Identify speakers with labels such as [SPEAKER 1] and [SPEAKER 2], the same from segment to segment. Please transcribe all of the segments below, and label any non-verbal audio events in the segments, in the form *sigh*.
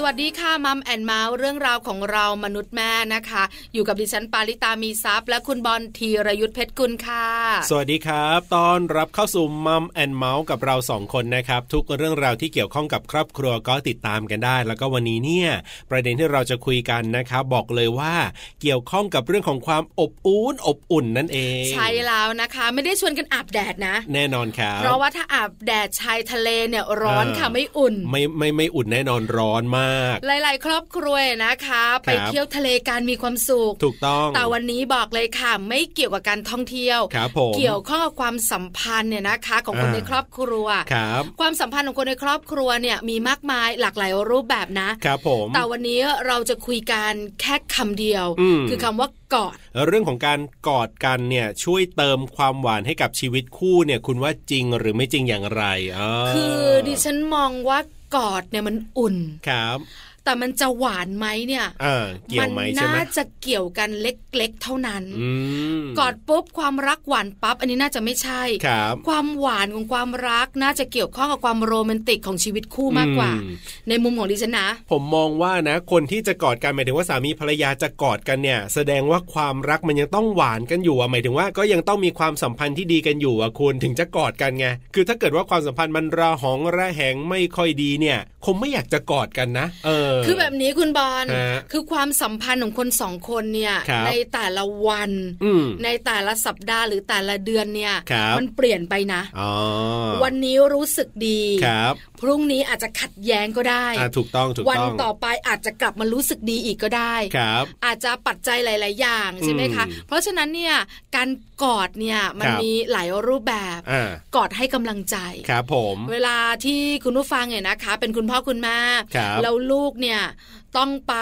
[SPEAKER 1] สวัสดีค่ะมัมแอนเมาส์เรื่องราวของเรามนุษย์แม่นะคะ อยู่กับดิฉันปาริตามีซัพย์และคุณบอลธีรยุทธเพชรกุลค่ะ
[SPEAKER 2] สวัสดีครับต้อนรับเข้าสู่มัมแอนเมาส์กับเราสองคนนะครับ ทุกเรื่องราวที่เกี่ยวข้องกับครอบครัวก็ติดตามกันได้ แล้วก็วันนี้เนี่ยประเด็นที่เราจะคุยกันนะครับ บอกเลยว่าเกี่ยวข้องกับเรื่องของความอบอุ่นอบอุ่นนั่นเอง
[SPEAKER 1] ใช่แล้วนะคะ ไม่ได้ชวนกันอาบแดดนะ
[SPEAKER 2] แน่นอนครับ
[SPEAKER 1] เพราะว่าถ้าอาบแดดชายทะเลเนี่ยร้อน
[SPEAKER 2] เออ
[SPEAKER 1] ค่ะไม่อุ่น
[SPEAKER 2] ไม่ไม่ไม่อุ่นแน่นอนร้อนมาก
[SPEAKER 1] หลาย ๆ ครอบครัวนะคะ ไปเที่ยวทะเลการมีความสุข
[SPEAKER 2] ถูกต้อง
[SPEAKER 1] แต่วันนี้บอกเลยค่ะ ไม่เกี่ยวกับการท่องเที่ยว
[SPEAKER 2] ครับผม
[SPEAKER 1] เกี่ยวข้องกับความสัมพันธ์เนี่ยนะคะ ของคน
[SPEAKER 2] อ่า
[SPEAKER 1] ในครอบครัว
[SPEAKER 2] ครับ
[SPEAKER 1] ความสัมพันธ์ของคนในครอบครัวเนี่ยมีมากมายหลากหลายรูปแบบนะ
[SPEAKER 2] ครับผม
[SPEAKER 1] แต่วันนี้เราจะคุยกันแค่คำเดียว
[SPEAKER 2] อืม
[SPEAKER 1] คือคำว่ากอด
[SPEAKER 2] เรื่องของการกอดกันเนี่ยช่วยเติมความหวานให้กับชีวิตคู่เนี่ยคุณว่าจริงหรือไม่จริงอย่างไรเออ
[SPEAKER 1] คือดิฉันมองว่ากอดเนี่ยมันอุ่น
[SPEAKER 2] ครับ
[SPEAKER 1] แต่มันจะหวานไหมเนี่ย
[SPEAKER 2] อ่าเกี่ยวไหมใช่ไหม
[SPEAKER 1] น่าจะเกี่ยวกันเล็กๆ เท่านั้น
[SPEAKER 2] อืม
[SPEAKER 1] กอดปุ๊บความรักหวานปั๊บอันนี้น่าจะไม่ใช่
[SPEAKER 2] ครับ
[SPEAKER 1] ความหวานของความรักน่าจะเกี่ยวข้องกับความโรแมนติกของชีวิตคู่มากกว่า
[SPEAKER 2] อืม
[SPEAKER 1] ในมุมของดิฉันนะ
[SPEAKER 2] ผมมองว่านะ คนที่จะกอดกันหมายถึงว่าสามีภรรยาจะกอดกันเนี่ย แสดงว่าความรักมันยังต้องหวานกันอยู่อะหมายถึงว่าก็ยังต้องมีความสัมพันธ์ที่ดีกันอยู่อะคุณถึงจะกอดกันไงคือถ้าเกิดว่าความสัมพันธ์มันระหองระแหงไม่ค่อยดีเนี่ย คงไม่อยากจะกอดกันนะ เออ
[SPEAKER 1] คือแบบนี้คุณบอล
[SPEAKER 2] ฮะ
[SPEAKER 1] คือความสัมพันธ์ของคนสองคนเนี่ย
[SPEAKER 2] ครับ
[SPEAKER 1] ในแต่ละวัน
[SPEAKER 2] อืม
[SPEAKER 1] ในแต่ละสัปดาห์หรือแต่ละเดือนเนี่ย
[SPEAKER 2] ครับ
[SPEAKER 1] มันเปลี่ยนไปนะ
[SPEAKER 2] อ๋อ
[SPEAKER 1] วันนี้รู้สึกดี
[SPEAKER 2] ครับ
[SPEAKER 1] พรุ่งนี้อาจจะขัดแย้งก็ได้
[SPEAKER 2] อ่าถูกต้องถูก
[SPEAKER 1] วัน
[SPEAKER 2] ต้อง
[SPEAKER 1] ต่อไปอาจจะกลับมารู้สึกดีอีกก็ได้
[SPEAKER 2] ครับ
[SPEAKER 1] อาจจะปัจจัยหลาย ๆ อย่างใช่ไหมคะ
[SPEAKER 2] อืม
[SPEAKER 1] เพราะฉะนั้นเนี่ยการกอดเนี่ยมัน
[SPEAKER 2] ครับ
[SPEAKER 1] มีหลายรูปแบบ
[SPEAKER 2] อ่าก
[SPEAKER 1] อดให้กำลังใจ
[SPEAKER 2] ครับผม
[SPEAKER 1] เวลาที่คุณผู้ฟังเนี่ยนะคะ เป็นคุณพ่อคุณแม่
[SPEAKER 2] ครับ
[SPEAKER 1] แล้วลูกเนี่ยต้องไป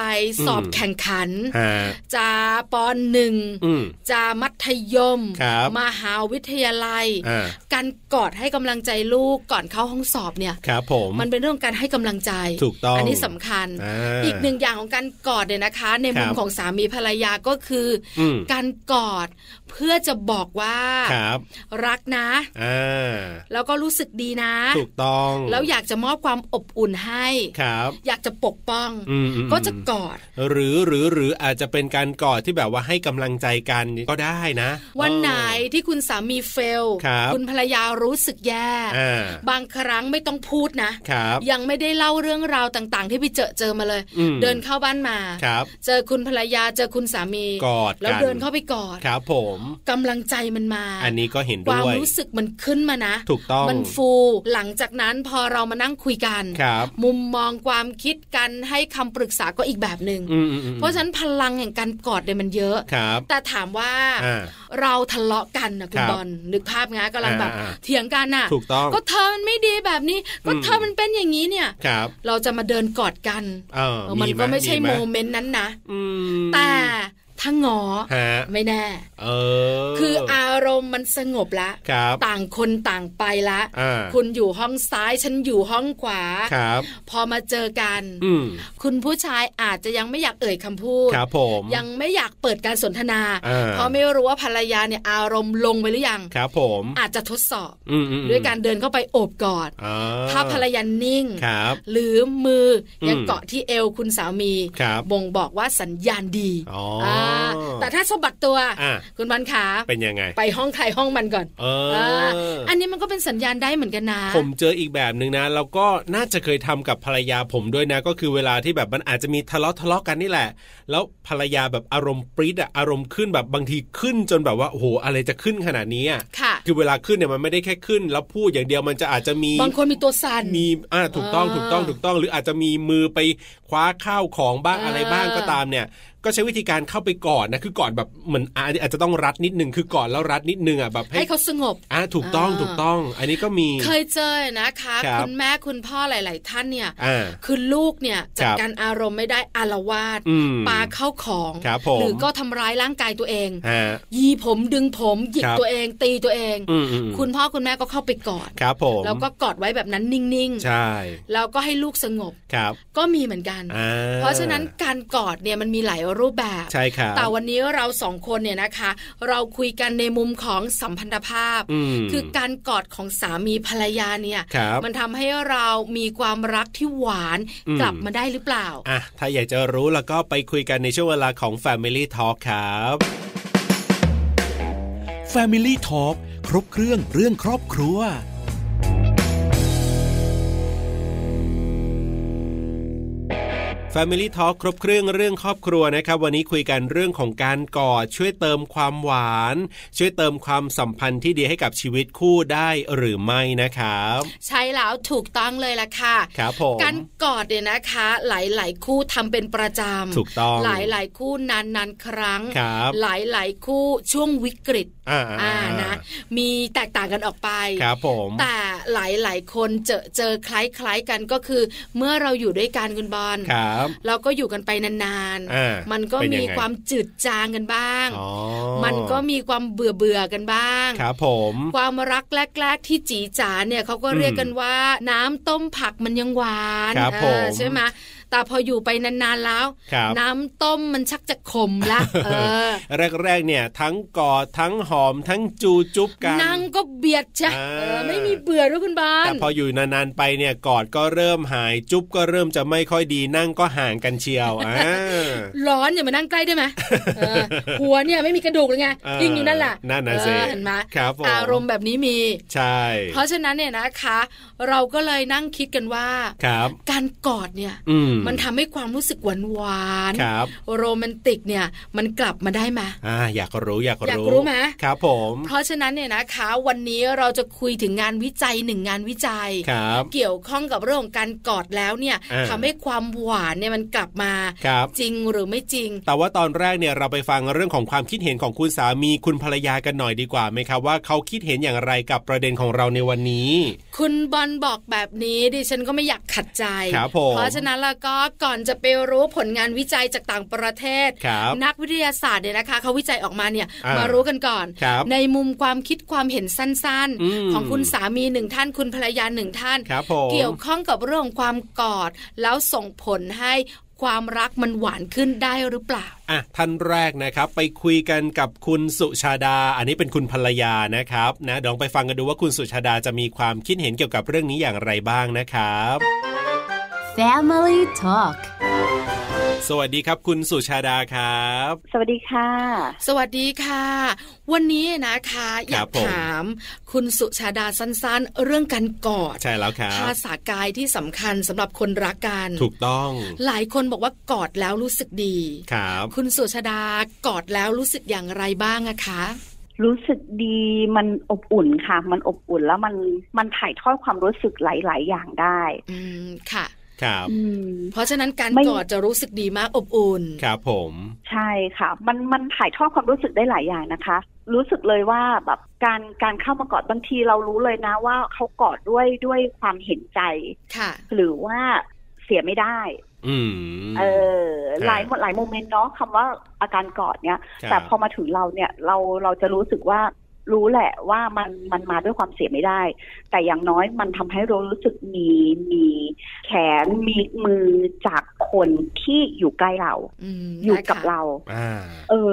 [SPEAKER 1] สอบ
[SPEAKER 2] อืม
[SPEAKER 1] แข่งขัน
[SPEAKER 2] ฮะ
[SPEAKER 1] จะปหนึ่ง
[SPEAKER 2] อืม
[SPEAKER 1] จะมัธยม
[SPEAKER 2] ครับ
[SPEAKER 1] มหาวิทยาลัย
[SPEAKER 2] อ่า
[SPEAKER 1] การกอดให้กำลังใจลูกก่อนเข้าห้องสอบเนี่ย
[SPEAKER 2] ครับผม
[SPEAKER 1] มันเป็นเรื่องการให้กำลังใจ
[SPEAKER 2] ถูกต้อง
[SPEAKER 1] นนี้สำคัญ
[SPEAKER 2] อ่า
[SPEAKER 1] อีกหนึ่งอย่างของการกอดเนี่ยนะคะ ในมุม
[SPEAKER 2] ครับ
[SPEAKER 1] ของสามีภรรยาก็คือ
[SPEAKER 2] อืม
[SPEAKER 1] การกอดเพื่อจะบอกว่า
[SPEAKER 2] ครับ
[SPEAKER 1] รักนะ
[SPEAKER 2] อ่า
[SPEAKER 1] แล้วก็รู้สึกดีนะ
[SPEAKER 2] ถูกต้อง
[SPEAKER 1] แล้วอยากจะมอบความอบอุ่นให้
[SPEAKER 2] ครับ
[SPEAKER 1] อยากจะปกป้อง
[SPEAKER 2] อืมอืม
[SPEAKER 1] ก็จะกอด
[SPEAKER 2] หรือหรือหรืออาจจะเป็นการกอดที่แบบว่าให้กำลังใจกันก็ได้นะ
[SPEAKER 1] วันไหนที่คุณสามีเฟล
[SPEAKER 2] ครับ
[SPEAKER 1] ณภรรยารู้สึกแย่
[SPEAKER 2] อ่า
[SPEAKER 1] บางครั้งไม่ต้องพูดนะ
[SPEAKER 2] ครับ
[SPEAKER 1] ยังไม่ได้เล่าเรื่องราวต่างๆ ที่ไปเจอเจอมาเลย
[SPEAKER 2] อืม
[SPEAKER 1] เดินเข้าบ้านมา
[SPEAKER 2] ครับ
[SPEAKER 1] เจอคุณภรรยาเจอคุณสามี
[SPEAKER 2] กอด
[SPEAKER 1] แล้ว
[SPEAKER 2] กัน
[SPEAKER 1] เดินเข้าไปกอด
[SPEAKER 2] ครับผม
[SPEAKER 1] กำลังใจมันมา
[SPEAKER 2] อันนี้ก็เห็น
[SPEAKER 1] ค
[SPEAKER 2] ด้
[SPEAKER 1] วาม
[SPEAKER 2] วย
[SPEAKER 1] รู้สึกมันขึ้นมานะ
[SPEAKER 2] ถูกต้อง
[SPEAKER 1] มันฟูหลังจากนั้นพอเรามานั่งคุยกัน
[SPEAKER 2] ครับ
[SPEAKER 1] มุมมองความคิดกันให้คำปรึกษาก็อีกแบบหนึ
[SPEAKER 2] อื่
[SPEAKER 1] ง
[SPEAKER 2] มอืมอืม
[SPEAKER 1] เพราะฉะนั้นพลังแห่งการกอดเนี่ยมันเยอะ
[SPEAKER 2] ครับ
[SPEAKER 1] แต่ถามว่า
[SPEAKER 2] อ่า
[SPEAKER 1] เราทะเลาะกันนะคุณ
[SPEAKER 2] ครับบ
[SPEAKER 1] อลนึกภาพงะกำลังแบบ
[SPEAKER 2] อ่า
[SPEAKER 1] เถียงกันน่ะ
[SPEAKER 2] ถูกต้อง
[SPEAKER 1] ก็เธอมันไม่ดีแบบนี้ ก็
[SPEAKER 2] อืม
[SPEAKER 1] เธอมันเป็นอย่างนี้เนี่ย
[SPEAKER 2] ครับ
[SPEAKER 1] เราจะมาเดินกอดกัน
[SPEAKER 2] เออ
[SPEAKER 1] เออมัน
[SPEAKER 2] ห
[SPEAKER 1] ก็ไม่ใช่
[SPEAKER 2] ห
[SPEAKER 1] โมเมนต์นั้นนะ
[SPEAKER 2] อืม
[SPEAKER 1] แต่ถ้างอ
[SPEAKER 2] ฮะ
[SPEAKER 1] ไม่แน่
[SPEAKER 2] เออ
[SPEAKER 1] คืออารมณ์มันสงบละ
[SPEAKER 2] ครับ
[SPEAKER 1] ต่างคนต่างไปละ
[SPEAKER 2] อ่า
[SPEAKER 1] คุณอยู่ห้องซ้ายฉันอยู่ห้องขวา
[SPEAKER 2] ครับ
[SPEAKER 1] พอมาเจอกัน
[SPEAKER 2] อืม
[SPEAKER 1] คุณผู้ชายอาจจะยังไม่อยากเอ่ยคำพูด
[SPEAKER 2] ครับผม
[SPEAKER 1] ยังไม่อยากเปิดการสนทนา
[SPEAKER 2] อ่า
[SPEAKER 1] เพราะไม่รู้ว่าภรรยาเนี่ยอารมณ์ลงไปหรือยัง
[SPEAKER 2] ครับผม
[SPEAKER 1] อาจจะทดสอบ
[SPEAKER 2] อืมอืมอืม
[SPEAKER 1] ด้วยการเดินเข้าไปโอบกอด
[SPEAKER 2] อ่า
[SPEAKER 1] ถ้าภรรยานิ่ง
[SPEAKER 2] ครับ
[SPEAKER 1] หรือมืออ
[SPEAKER 2] ม
[SPEAKER 1] ยังเกาะที่เอวคุณสามี
[SPEAKER 2] ครับ
[SPEAKER 1] บ่งบอกว่าสัญญาณดี
[SPEAKER 2] อ๋อา
[SPEAKER 1] แต่ถ้าสะบัดตัว
[SPEAKER 2] อ่ะ
[SPEAKER 1] คุณบันขา
[SPEAKER 2] เป็นยังไง
[SPEAKER 1] ไปห้องใครห้องมันก่อน
[SPEAKER 2] เอ
[SPEAKER 1] อา
[SPEAKER 2] อ
[SPEAKER 1] อันนี้มันก็เป็นสัญญาณได้เหมือนกันนะ
[SPEAKER 2] ผมเจออีกแบบหนึ่งนะแล้วก็น่าจะเคยทำกับภรรยาผมด้วยนะ ก็คือเวลาที่แบบมันอาจจะมีทะเลาะทะเลาะกันนี่แหละ แล้วภรรยาแบบอารมณ์ปรี๊ดอะอารมณ์ขึ้นแบบบางทีขึ้นจนแบบว่าโอ้โหอะไรจะขึ้นขนาดนี้อะ
[SPEAKER 1] ค่ะ
[SPEAKER 2] คือเวลาขึ้นเนี่ยมันไม่ได้แค่ขึ้น แล้วพูดอย่างเดียวมันจะอาจจะมี
[SPEAKER 1] บางคนมีตัวสั่น
[SPEAKER 2] มีอ่าถูกต้อง
[SPEAKER 1] อ่า
[SPEAKER 2] ถูกต้องถูกต้อง หรืออาจจะมีมือไปคว้าข้าวของบ้าง
[SPEAKER 1] อ่า
[SPEAKER 2] อะไรบ้างก็ตามเนี่ย ก็ใช้วิธีการเข้าไปกอดนะคือกอดแบบเหมือนอาอาจจะต้องรัดนิดนึงคือกอดแล้วรัดนิดนึงอ่ะแบบให้
[SPEAKER 1] ให้เขาสงบ
[SPEAKER 2] อ่าถูกต้อง
[SPEAKER 1] อ่า
[SPEAKER 2] ถูกต้อง อันนี้ก็มี
[SPEAKER 1] เคยเจอนะคะ
[SPEAKER 2] ครับ
[SPEAKER 1] ณแม่คุณพ่อหลาย ๆ ท่านเนี่ย
[SPEAKER 2] อ่า
[SPEAKER 1] คือลูกเนี่ยจัด
[SPEAKER 2] ครับ
[SPEAKER 1] การอารมณ์ไม่ได้อารวาส
[SPEAKER 2] อืม
[SPEAKER 1] ปาเข้าของ
[SPEAKER 2] ครับผม
[SPEAKER 1] หรือก็ทำร้ายร่างกายตัวเอง
[SPEAKER 2] ฮะ
[SPEAKER 1] ยีผมดึงผมหยิก
[SPEAKER 2] ครับ
[SPEAKER 1] ตัวเองตีตัวเอง
[SPEAKER 2] อืมอืม
[SPEAKER 1] คุณพ่อคุณแม่ก็เข้าไปกอด
[SPEAKER 2] ครับผม
[SPEAKER 1] แล้วก็กอดไว้แบบนั้นนิ่ง
[SPEAKER 2] ใช่
[SPEAKER 1] ๆ แล้วก็ให้ลูกสงบ
[SPEAKER 2] ครับ
[SPEAKER 1] ก็มีเหมือนกัน กัน
[SPEAKER 2] อ่
[SPEAKER 1] เพราะฉะนั้นการกอดเนี่ยมันมีหลายรูปแบบ
[SPEAKER 2] ใช่ครับ
[SPEAKER 1] แต่วันนี้เราสองคนเนี่ยนะคะ เราคุยกันในมุมของสัมพันธภาพ
[SPEAKER 2] อืม
[SPEAKER 1] คือการกอดของสามีภรรยาเนี่ย
[SPEAKER 2] ครับ
[SPEAKER 1] มันทำให้เรามีความรักที่หวาน
[SPEAKER 2] อืม
[SPEAKER 1] กลับมาได้หรือเปล่า
[SPEAKER 2] อ่ะถ้าอยากจะรู้แล้วก็ไปคุยกันในช่วงเวลาของ Family Talk ครับ
[SPEAKER 3] Family Talk ครบเครื่องเรื่องครอบครัว
[SPEAKER 2] Family Talk ครบเครื่องเรื่องครอบครัวนะครับ วันนี้คุยกันเรื่องของการกอดช่วยเติมความหวาน ช่วยเติมความสัมพันธ์ที่ดีให้กับชีวิตคู่ได้หรือไม่นะครับ
[SPEAKER 1] ใช่แล้วถูกต้องเลยล่ะค่ะ
[SPEAKER 2] ครับผม
[SPEAKER 1] การกอดเนี่ยนะคะ หลาย ๆ คู่ทำเป็นประจำ
[SPEAKER 2] ถูกต้อง
[SPEAKER 1] หลาย ๆ คู่นานๆครั้ง
[SPEAKER 2] ครับ
[SPEAKER 1] หลาย ๆ คู่ช่วงวิกฤต
[SPEAKER 2] อ่า
[SPEAKER 1] อ่านะ มีแตกต่างกันออกไป
[SPEAKER 2] ครับผม
[SPEAKER 1] แต่หลายๆ คนเจอเจอคล้ายๆกันก็คือ เมื่อเราอยู่ด้วยกันคุณบอล
[SPEAKER 2] ครับ
[SPEAKER 1] เราก็อยู่กันไปนาน
[SPEAKER 2] อ่า
[SPEAKER 1] มันก็
[SPEAKER 2] เป็นยั
[SPEAKER 1] มี
[SPEAKER 2] งไง
[SPEAKER 1] ความจืดจางกันบ้าง
[SPEAKER 2] อ๋อ
[SPEAKER 1] มันก็มีความเบื่อเบื่อๆกันบ้าง
[SPEAKER 2] ครับผม
[SPEAKER 1] ความรักแรก ๆ ที่จีจ๋าเนี่ยเขาก็เรียกกันว่า น้ำต้มผักมันยังหวาน
[SPEAKER 2] ครับ
[SPEAKER 1] เออ
[SPEAKER 2] ผม
[SPEAKER 1] ใช่ไหมแต่พออยู่ไปนานๆแล้ว
[SPEAKER 2] ครับ
[SPEAKER 1] น้ำต้มมันชักจะขมละเออ
[SPEAKER 2] แรกๆเนี่ย ทั้งกอดทั้งหอมทั้งจูจุ๊บกัน
[SPEAKER 1] นั่งก็เบียดใช่
[SPEAKER 2] อ่า
[SPEAKER 1] เออไม่มีเบื่อด้วยคุณบอล
[SPEAKER 2] แต่พออยู่นานๆไปเนี่ยกอดก็เริ่มหายจุ๊บก็เริ่มจะไม่ค่อยดีนั่งก็ห่างกันเชียวอ่า
[SPEAKER 1] ร้อนอย่ามานั่งใกล้ได้ไหมเออหัวเนี่ยไม่มีกระดูกเลยไง
[SPEAKER 2] เออ
[SPEAKER 1] ยิงอยู่นั่นแหละ
[SPEAKER 2] นั่นน่ะสิ
[SPEAKER 1] เออเห็นไหม
[SPEAKER 2] ครับผม
[SPEAKER 1] อารมณ์แบบนี้มี
[SPEAKER 2] ใช่
[SPEAKER 1] เพราะฉะนั้นเนี่ยนะคะ เราก็เลยนั่งคิดกันว่า
[SPEAKER 2] ครับ
[SPEAKER 1] การกอดเนี่ย
[SPEAKER 2] อืม
[SPEAKER 1] มันทำให้ความรู้สึกหวานหวานๆ
[SPEAKER 2] ครับ
[SPEAKER 1] โรแมนติกเนี่ยมันกลับมาได้ไหม
[SPEAKER 2] อ่าอยากรู้อยากรู้
[SPEAKER 1] อยากรู้ไหม
[SPEAKER 2] ครับผม
[SPEAKER 1] เพราะฉะนั้นเนี่ยนะคะ วันนี้เราจะคุยถึงงานวิจัยหนึ่งงานวิจัย
[SPEAKER 2] ครับ
[SPEAKER 1] เกี่ยวข้องกับเรื่องของการกอดแล้วเนี่ย
[SPEAKER 2] อ่า
[SPEAKER 1] ทำให้ความหวานเนี่ยมันกลับมา
[SPEAKER 2] ครับ
[SPEAKER 1] จริงหรือไม่จริง
[SPEAKER 2] แต่ว่าตอนแรกเนี่ยเราไปฟังเรื่องของความคิดเห็นของคุณสามีคุณภรรยากันหน่อยดีกว่าไหมครับว่าเขาคิดเห็นอย่างไรกับประเด็นของเราในวันนี้
[SPEAKER 1] คุณบอลบอกแบบนี้ดิฉันก็ไม่อยากขัดใจ
[SPEAKER 2] ครับผม
[SPEAKER 1] เพราะฉะนั้นแล้วก็ก่อนจะไปรู้ผลงานวิจัยจากต่างประเทศ
[SPEAKER 2] ครับ
[SPEAKER 1] นักวิทยาศาสตร์เนี่ยนะคะเขาวิจัยออกมาเนี่ย
[SPEAKER 2] อ่าม
[SPEAKER 1] มารู้กันก่อน
[SPEAKER 2] ครับ
[SPEAKER 1] ในมุมความคิดความเห็นสั้น
[SPEAKER 2] อืม
[SPEAKER 1] ของคุณสามีหนึ่งท่านคุณภรรยาหนึ่งท่าน
[SPEAKER 2] ครับผม
[SPEAKER 1] เกี่ยวข้องกับเรื่องของความกอด แล้วส่งผลให้ความรักมันหวานขึ้นได้หรือเปล่า
[SPEAKER 2] อ่ะท่านแรกนะครับ ไปคุยกันกับคุณสุชาดา อันนี้เป็นคุณภรรยานะครับนะเดี๋ยวลองไปฟังกันดูว่าคุณสุชาดาจะมีความคิดเห็นเกี่ยวกับเรื่องนี้อย่างไรบ้างนะครับ
[SPEAKER 4] Family Talk
[SPEAKER 2] สวัสดีครับคุณสุชาดาครับ
[SPEAKER 5] สวัสดีค่ะ
[SPEAKER 1] สวัสดีค่ะ วันนี้นะคะ อยาก
[SPEAKER 2] ผม
[SPEAKER 1] ถาม คุณสุชาดาสั้นๆ เรื่องการกอด
[SPEAKER 2] ใช่แล้วครับ
[SPEAKER 1] ภาษากายที่สำคัญสำหรับคนรักกัน
[SPEAKER 2] ถูกต้อง
[SPEAKER 1] หลายคนบอกว่ากอดแล้วรู้สึกดี
[SPEAKER 2] ครับ
[SPEAKER 1] คุณสุชาดากอดแล้วรู้สึกอย่างไรบ้างอะคะ
[SPEAKER 5] รู้สึกดีมันอบอุ่นค่ะ มันอบอุ่นแล้วมันมันถ่ายทอดความรู้สึกหลาย ๆ อย่างได้
[SPEAKER 1] อืมค่ะ
[SPEAKER 2] ครับ
[SPEAKER 5] อืม
[SPEAKER 1] เพราะฉะนั้นการ
[SPEAKER 5] ไม่
[SPEAKER 1] กอดจะรู้สึกดีมากอบอุ่น
[SPEAKER 2] ครับผม
[SPEAKER 5] ใช่ค่ะ มันมันถ่ายทอดความรู้สึกได้หลายอย่างนะคะ รู้สึกเลยว่าแบบการการเข้ามากอดบางทีเรารู้เลยนะ ว่าเขากอดด้วยด้วยความเห็นใจ
[SPEAKER 1] ค่ะ
[SPEAKER 5] หรือว่าเสียไม่ได้
[SPEAKER 2] อืม
[SPEAKER 5] เออ
[SPEAKER 2] ครับ
[SPEAKER 5] หลายหลายโมเมนต์เนาะคำว่าอาการกอดเนี่ย
[SPEAKER 2] ครับ
[SPEAKER 5] แต่พอมาถึงเราเนี่ยเราเราจะรู้สึกว่ารู้แหละว่ามันมันมาด้วยความเสียไม่ได้ แต่อย่างน้อยมันทำให้เรารู้สึกมีมีแขนมีมือจากคนที่อยู่ใกล้เรา
[SPEAKER 1] อืม
[SPEAKER 5] อยู่กับ
[SPEAKER 1] ได้ค่ะ
[SPEAKER 5] เรา
[SPEAKER 2] อ่า
[SPEAKER 5] เออ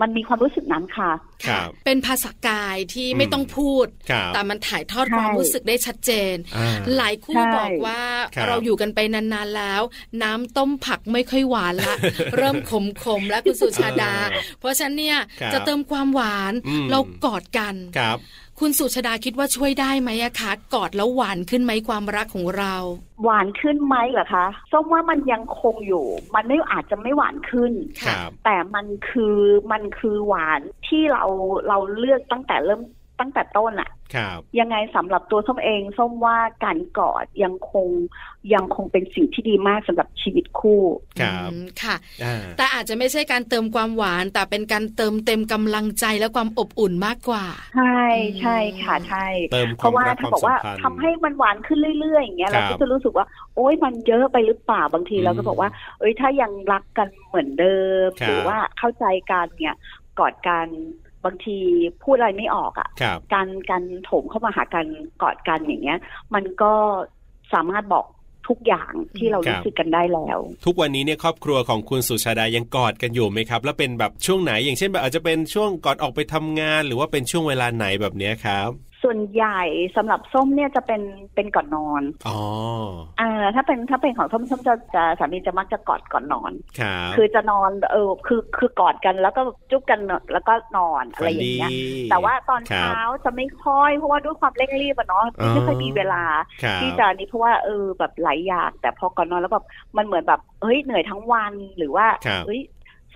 [SPEAKER 5] มันมีความรู้สึกนั้นค่ะ
[SPEAKER 2] ครับ
[SPEAKER 1] เป็นภาษากายที่ไม่ต้องพูด
[SPEAKER 2] ครับ
[SPEAKER 1] แต่มันถ่ายทอด
[SPEAKER 5] ใช่
[SPEAKER 1] ความรู้สึกได้ชัดเจน
[SPEAKER 2] อ่า
[SPEAKER 1] หลายคู่
[SPEAKER 5] ใช่
[SPEAKER 1] บอกว่า
[SPEAKER 2] ครับ
[SPEAKER 1] เราอยู่กันไปนานๆแล้ว น้ำต้มผักไม่ค่อยหวาน
[SPEAKER 2] *laughs*
[SPEAKER 1] ละ เริ่มขมๆแล้วคุณสุชาดา
[SPEAKER 2] อ่า
[SPEAKER 1] เพราะฉะนั้นเนี่ย
[SPEAKER 2] ครับ
[SPEAKER 1] จะเติมความหวาน
[SPEAKER 2] อืม
[SPEAKER 1] เรากอดกัน
[SPEAKER 2] ครับ
[SPEAKER 1] คุณสุชาดาคิดว่าช่วยได้ไหมอะคะกอดแล้วหวานขึ้นไหมความรักของเรา
[SPEAKER 5] หวานขึ้นไหมเหรอคะส้มว่ามันยังคงอยู่ มันไม่อาจจะไม่หวานขึ้น
[SPEAKER 2] ค
[SPEAKER 1] ค่ะ
[SPEAKER 2] รับ
[SPEAKER 5] แต่มันคือมันคือหวานที่เราเราเลือกตั้งแต่เริ่มตั้งแต่ต้นอะ
[SPEAKER 2] ครับ
[SPEAKER 5] ยังไงสำหรับตัวส้มเองส้มว่าการกอดยังคงยังคงเป็นสิ่งที่ดีมากสำหรับชีวิตคู่
[SPEAKER 2] ครับ
[SPEAKER 1] อืมค่ะ
[SPEAKER 2] อ่า
[SPEAKER 1] แต่อาจจะไม่ใช่การเติมความหวาน แต่เป็นการเติมเต็มกำลังใจและความอบอุ่นมากกว่า
[SPEAKER 5] ใช่
[SPEAKER 1] อืม
[SPEAKER 5] ใช่ค่ะใช่
[SPEAKER 2] เติมค
[SPEAKER 5] เพ
[SPEAKER 2] วาม
[SPEAKER 5] ราะว่า
[SPEAKER 2] รัก
[SPEAKER 5] ถ้า
[SPEAKER 2] คา
[SPEAKER 5] ว
[SPEAKER 2] ม
[SPEAKER 5] บอก
[SPEAKER 2] สัม
[SPEAKER 5] ว่า
[SPEAKER 2] พันธ์
[SPEAKER 5] ทำให้มันหวานขึ้นเรื่อยๆอย่างเงี้ย
[SPEAKER 2] ครั
[SPEAKER 5] เรา
[SPEAKER 2] บ
[SPEAKER 5] ก็จะรู้สึกว่า โอ๊ยมันเยอะไปหรือเปล่าบางที
[SPEAKER 2] อืม
[SPEAKER 5] เราก็บอกว่า เอ้ยถ้ายังรักกันเหมือนเดิม
[SPEAKER 2] ครับ
[SPEAKER 5] หรือว่าเข้าใจกันเนี่ยกอดกันบางทีพูดอะไรไม่ออกอ่ะ
[SPEAKER 2] ครับ
[SPEAKER 5] การการโถมเข้ามาหากันกอดกันอย่างเงี้ย มันก็สามารถบอก ทุกอย่างที่เรา
[SPEAKER 2] ครับ
[SPEAKER 5] รู้สึกกันได้แล้ว
[SPEAKER 2] ทุกวันนี้เนี่ยครอบครัวของคุณสุชาดายังกอดกันอยู่ไหมครับ แล้วเป็นแบบช่วงไหนอย่างเช่นแบบอาจจะเป็นช่วงก่อนออกไปทำงาน หรือว่าเป็นช่วงเวลาไหนแบบเนี้ยครับ
[SPEAKER 5] ส่วนใหญ่สำหรับส้มเนี่ยจะเป็นเป็นก่อนนอน
[SPEAKER 2] อ๋อ
[SPEAKER 5] อ่าถ้าเป็นถ้าเป็นของส้มส้มจะจะสามีจะมักจะกอดก่อนนอน
[SPEAKER 2] ครับ
[SPEAKER 5] คือจะนอนเออคือคือกอดกันแล้วก็จุ๊บกันแล้วก็นอนอะไรอย่างเงี้ย
[SPEAKER 2] ฝันดี
[SPEAKER 5] แต่ว่าตอน
[SPEAKER 2] ครับ
[SPEAKER 5] เช้าจะไม่ค่อยเพราะว่าด้วยความเร่งรีบอะเนาะ
[SPEAKER 2] อ๋อ
[SPEAKER 5] ไม่ค่อยมีเวลา
[SPEAKER 2] ครับ
[SPEAKER 5] ที่จะนี่เพราะว่าเออแบบหลายอย่างแต่พอก่อนนอนแล้วแบบมันเหมือนแบบเฮ้ยเหนื่อยทั้งวันหรือว่า
[SPEAKER 2] ครับ
[SPEAKER 5] เฮ้ย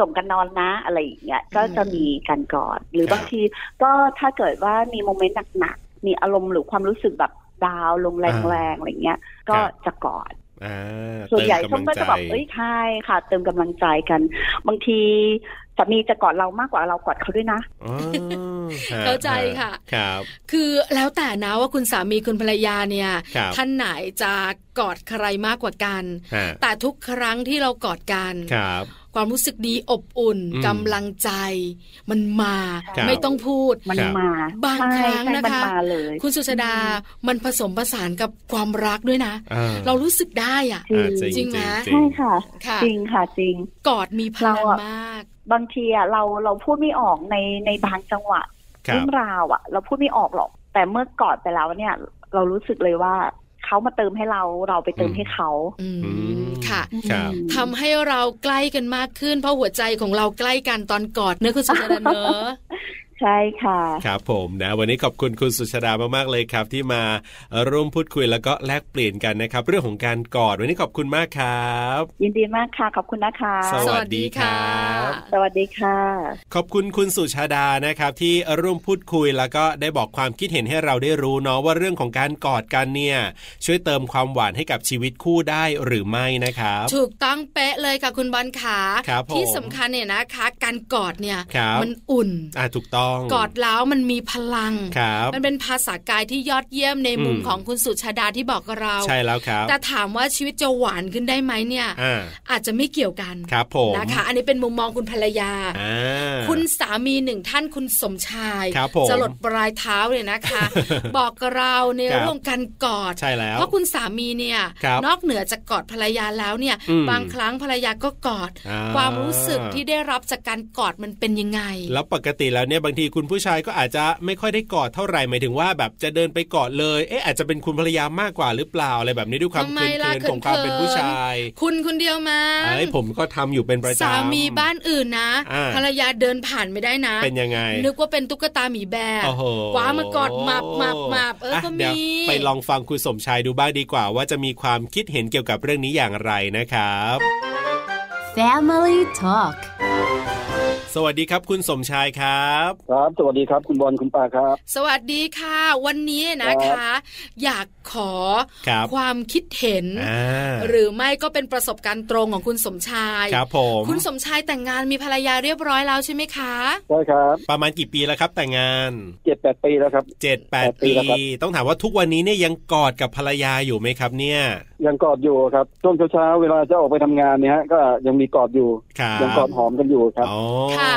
[SPEAKER 5] ส่งกันนอนนะอะไรอย่างเงี้ยก็จะมีกันก่อน หรื
[SPEAKER 2] ค
[SPEAKER 5] อ
[SPEAKER 2] รับ
[SPEAKER 5] บางทีก็ถ้าเกิดว่ามีโมเมนต์หนักๆมีอารมณ์หรือความรู้สึกแบบดาวน์ลงแรงๆอะไรเงี้ย ก็จะกอด
[SPEAKER 2] อ่า
[SPEAKER 5] ส่วนใหญ่
[SPEAKER 2] เติ
[SPEAKER 5] ส้ม
[SPEAKER 2] ม
[SPEAKER 5] ก็
[SPEAKER 2] กำลัง
[SPEAKER 5] จะแบบ
[SPEAKER 2] ใจ
[SPEAKER 5] เอ้ยใช่ค่ะ เติมกำลังใจกัน บางทีสามีจะกอดเรามากกว่าเรากอดเขาด้วยนะ
[SPEAKER 2] อ๋อฮะ
[SPEAKER 1] เข้าใจค่ะ
[SPEAKER 2] ครับ
[SPEAKER 1] คือแล้วแต่นะว่าคุณสามีคุณภรรยาเนี่ย
[SPEAKER 2] ครับ
[SPEAKER 1] ท่านไหนจะกอดใครมากกว่ากัน
[SPEAKER 2] ฮะ
[SPEAKER 1] แต่ทุกครั้งที่เรากอดกัน
[SPEAKER 2] ครับ
[SPEAKER 1] ความรู้สึกดีอบอุ่น
[SPEAKER 2] อืม
[SPEAKER 1] กำลังใจ มันมา
[SPEAKER 2] ครับ
[SPEAKER 1] ไม่ต้องพูด
[SPEAKER 5] มัน
[SPEAKER 2] ครับ
[SPEAKER 5] มา
[SPEAKER 1] บางค
[SPEAKER 5] ใช่
[SPEAKER 1] รั้ง
[SPEAKER 5] ใช่
[SPEAKER 1] นะ
[SPEAKER 5] มั
[SPEAKER 1] คะ
[SPEAKER 5] มาเลย
[SPEAKER 1] คุณสุชาดา มันผสมผสานกับความรักด้วยนะ
[SPEAKER 2] อ่
[SPEAKER 1] เรารู้สึกได้อ่ะ
[SPEAKER 5] จริง
[SPEAKER 2] อ่า
[SPEAKER 1] จริงไหม
[SPEAKER 2] จริงจริ
[SPEAKER 5] ใช่
[SPEAKER 2] ง
[SPEAKER 5] ค่ะ
[SPEAKER 1] ค่ะ
[SPEAKER 5] จริงค่ะจริง
[SPEAKER 1] กอดมีพลัง
[SPEAKER 5] เราอะ
[SPEAKER 1] มาก
[SPEAKER 5] บางทีอะเราเราพูดไม่ออกในในบางจังหวะ
[SPEAKER 2] ครั
[SPEAKER 5] เรื่
[SPEAKER 2] บ
[SPEAKER 5] องราวอะเราพูดไม่ออกหรอก แต่เมื่อกอดไปแล้วเนี่ย เรารู้สึกเลยว่าเขามาเติมให้เราเราไปเติม
[SPEAKER 2] อืม
[SPEAKER 5] ให้เขา
[SPEAKER 1] อืม
[SPEAKER 2] อืม
[SPEAKER 1] ค่ะ
[SPEAKER 2] ครับ
[SPEAKER 1] ทำให้เราใกล้กันมากขึ้น เพราะหัวใจของเราใกล้กันตอนกอดเนอะคุณสุชาดาเนอะ
[SPEAKER 5] ใช่ค่ะ
[SPEAKER 2] ครับผมนะวันนี้ขอบคุณคุณสุชาดามากๆเลยครับ ที่มาร่วมพูดคุยแล้วก็แลกเปลี่ยนกันนะครับ เรื่องของการกอดวันนี้ขอบคุณมากครับ
[SPEAKER 5] ยินดีมากค่ะ ขอบคุณนะคะ
[SPEAKER 2] ส วัสดีครับ
[SPEAKER 5] สวัสดีค่ะ
[SPEAKER 2] ขอบคุณคุณสุชาดานะครับ ที่ร่วมพูดคุยแล้วก็ได้บอกความคิดเห็นให้เราได้รู้เนาะว่าเรื่องของการกอดกันเนี่ย ช่วยเติมความหวานให้กับชีวิตคู่ได้หรือไม่นะครับ
[SPEAKER 1] ถูกต้องเป๊ะเลยค่ะคุณบอลขา
[SPEAKER 2] ครับผม
[SPEAKER 1] ที่สำคัญเนี่ยนะคะ การกอดเนี่ย
[SPEAKER 2] ครับ
[SPEAKER 1] มันอุ่น
[SPEAKER 2] อ่าถูกต้อง
[SPEAKER 1] กอดแล้วมันมีพลัง
[SPEAKER 2] ครับ
[SPEAKER 1] มันเป็นภาษากายที่ยอดเยี่ยมในมุม
[SPEAKER 2] อืม
[SPEAKER 1] ของคุณสุชาดาที่บอกกับเรา
[SPEAKER 2] ใช่แล้วครับ
[SPEAKER 1] แต่ถามว่าชีวิตจะหวานขึ้นได้ไหมเนี่ย
[SPEAKER 2] อ่า
[SPEAKER 1] อาจจะไม่เกี่ยวกัน
[SPEAKER 2] ครับผม
[SPEAKER 1] นะคะ อันนี้เป็นมุมมองคุณภรรยา
[SPEAKER 2] อ่า
[SPEAKER 1] คุณสามีหนึ่งท่านคุณสมชาย
[SPEAKER 2] ครับผม
[SPEAKER 1] จะหลดปลายเท้าเลยนะคะ
[SPEAKER 2] *laughs*
[SPEAKER 1] บอกกับเราใน
[SPEAKER 2] ครับ
[SPEAKER 1] เรื่องการกอด
[SPEAKER 2] ใช่แล้ว
[SPEAKER 1] เพราะคุณสามีเนี่ย
[SPEAKER 2] ครับ
[SPEAKER 1] นอกเหนือจากกอดภรรยาแล้วเนี่ย
[SPEAKER 2] อืม
[SPEAKER 1] บางครั้งภรรยาก็กอด
[SPEAKER 2] อ่า
[SPEAKER 1] ความรู้สึกที่ได้รับจากการกอดมันเป็นยังไง
[SPEAKER 2] แล้วปกติแล้วเนี่ยบางทีคุณผู้ชายก็อาจจะไม่ค่อยได้กอดเท่าไหร่หมายถึงว่าแบบจะเดินไปกอดเลยเอ๊ะอาจจะเป็นคุณภรรยามากกว่าหรือเปล่าอะไรแบบนี้ด้วยความ
[SPEAKER 1] ทำ
[SPEAKER 2] เ
[SPEAKER 1] ไมล่ะ
[SPEAKER 2] ขินๆของความ
[SPEAKER 1] เขินๆ
[SPEAKER 2] เป็นผู้ชาย
[SPEAKER 1] คุณคนเดียวมา
[SPEAKER 2] ไอ้ยผมก็ทำอยู่เป็นประจำ
[SPEAKER 1] สามีบ้านอื่นนะ
[SPEAKER 2] อ่า
[SPEAKER 1] ภรรยาเดินผ่านไม่ได้นะ
[SPEAKER 2] เป็นยังไง
[SPEAKER 1] นึกว่าเป็นตุ๊กตาหมีแบร์
[SPEAKER 2] โอ้โห
[SPEAKER 1] คว้ามากอดหมับหมับหมับเอออะ ก็
[SPEAKER 2] ดี๋ย
[SPEAKER 1] มี
[SPEAKER 2] วไปลองฟังคุณสมชายดูบ้างดีกว่า ว่าจะมีความคิดเห็นเกี่ยวกับเรื่องนี้อย่างไรนะครับ
[SPEAKER 4] Family Talk
[SPEAKER 2] สวัสดีครับคุณสมชายครับ
[SPEAKER 6] ครับ สวัสดีครับ คุณบอลคุณปาครับ
[SPEAKER 1] สวัสดีค่ะ วันนี้นะคะ อยากขอ
[SPEAKER 2] ครับ
[SPEAKER 1] ความคิดเห็น
[SPEAKER 2] อ่า
[SPEAKER 1] หรือไม่ก็เป็นประสบการณ์ตรงของคุณสมชาย
[SPEAKER 2] ครับผม
[SPEAKER 1] คุณสมชายแต่งงานมีภรรยาเรียบร้อยแล้วใช่ไหมคะ
[SPEAKER 6] ใช่ครับ
[SPEAKER 2] ประมาณกี่ปีแล้วครับแต่งงาน
[SPEAKER 6] เจ็ดแปดปีแล้วครับ
[SPEAKER 2] เจ็ดแปด
[SPEAKER 6] แปดปี
[SPEAKER 2] ปี
[SPEAKER 6] แล้วครับ
[SPEAKER 2] ต้องถามว่าทุกวันนี้เนี่ยยังกอดกับภรรยาอยู่ไหมครับเนี่ย
[SPEAKER 6] ยังกอดอยู่ครับช่วงเช้าๆเวลาจะออกไปทำงานเนี่ยฮะก็ยังมีกอดอยู่
[SPEAKER 2] ครับ
[SPEAKER 6] ยังกอดหอมกันอยู่ครับ
[SPEAKER 2] อ๋อ
[SPEAKER 1] ค่ะ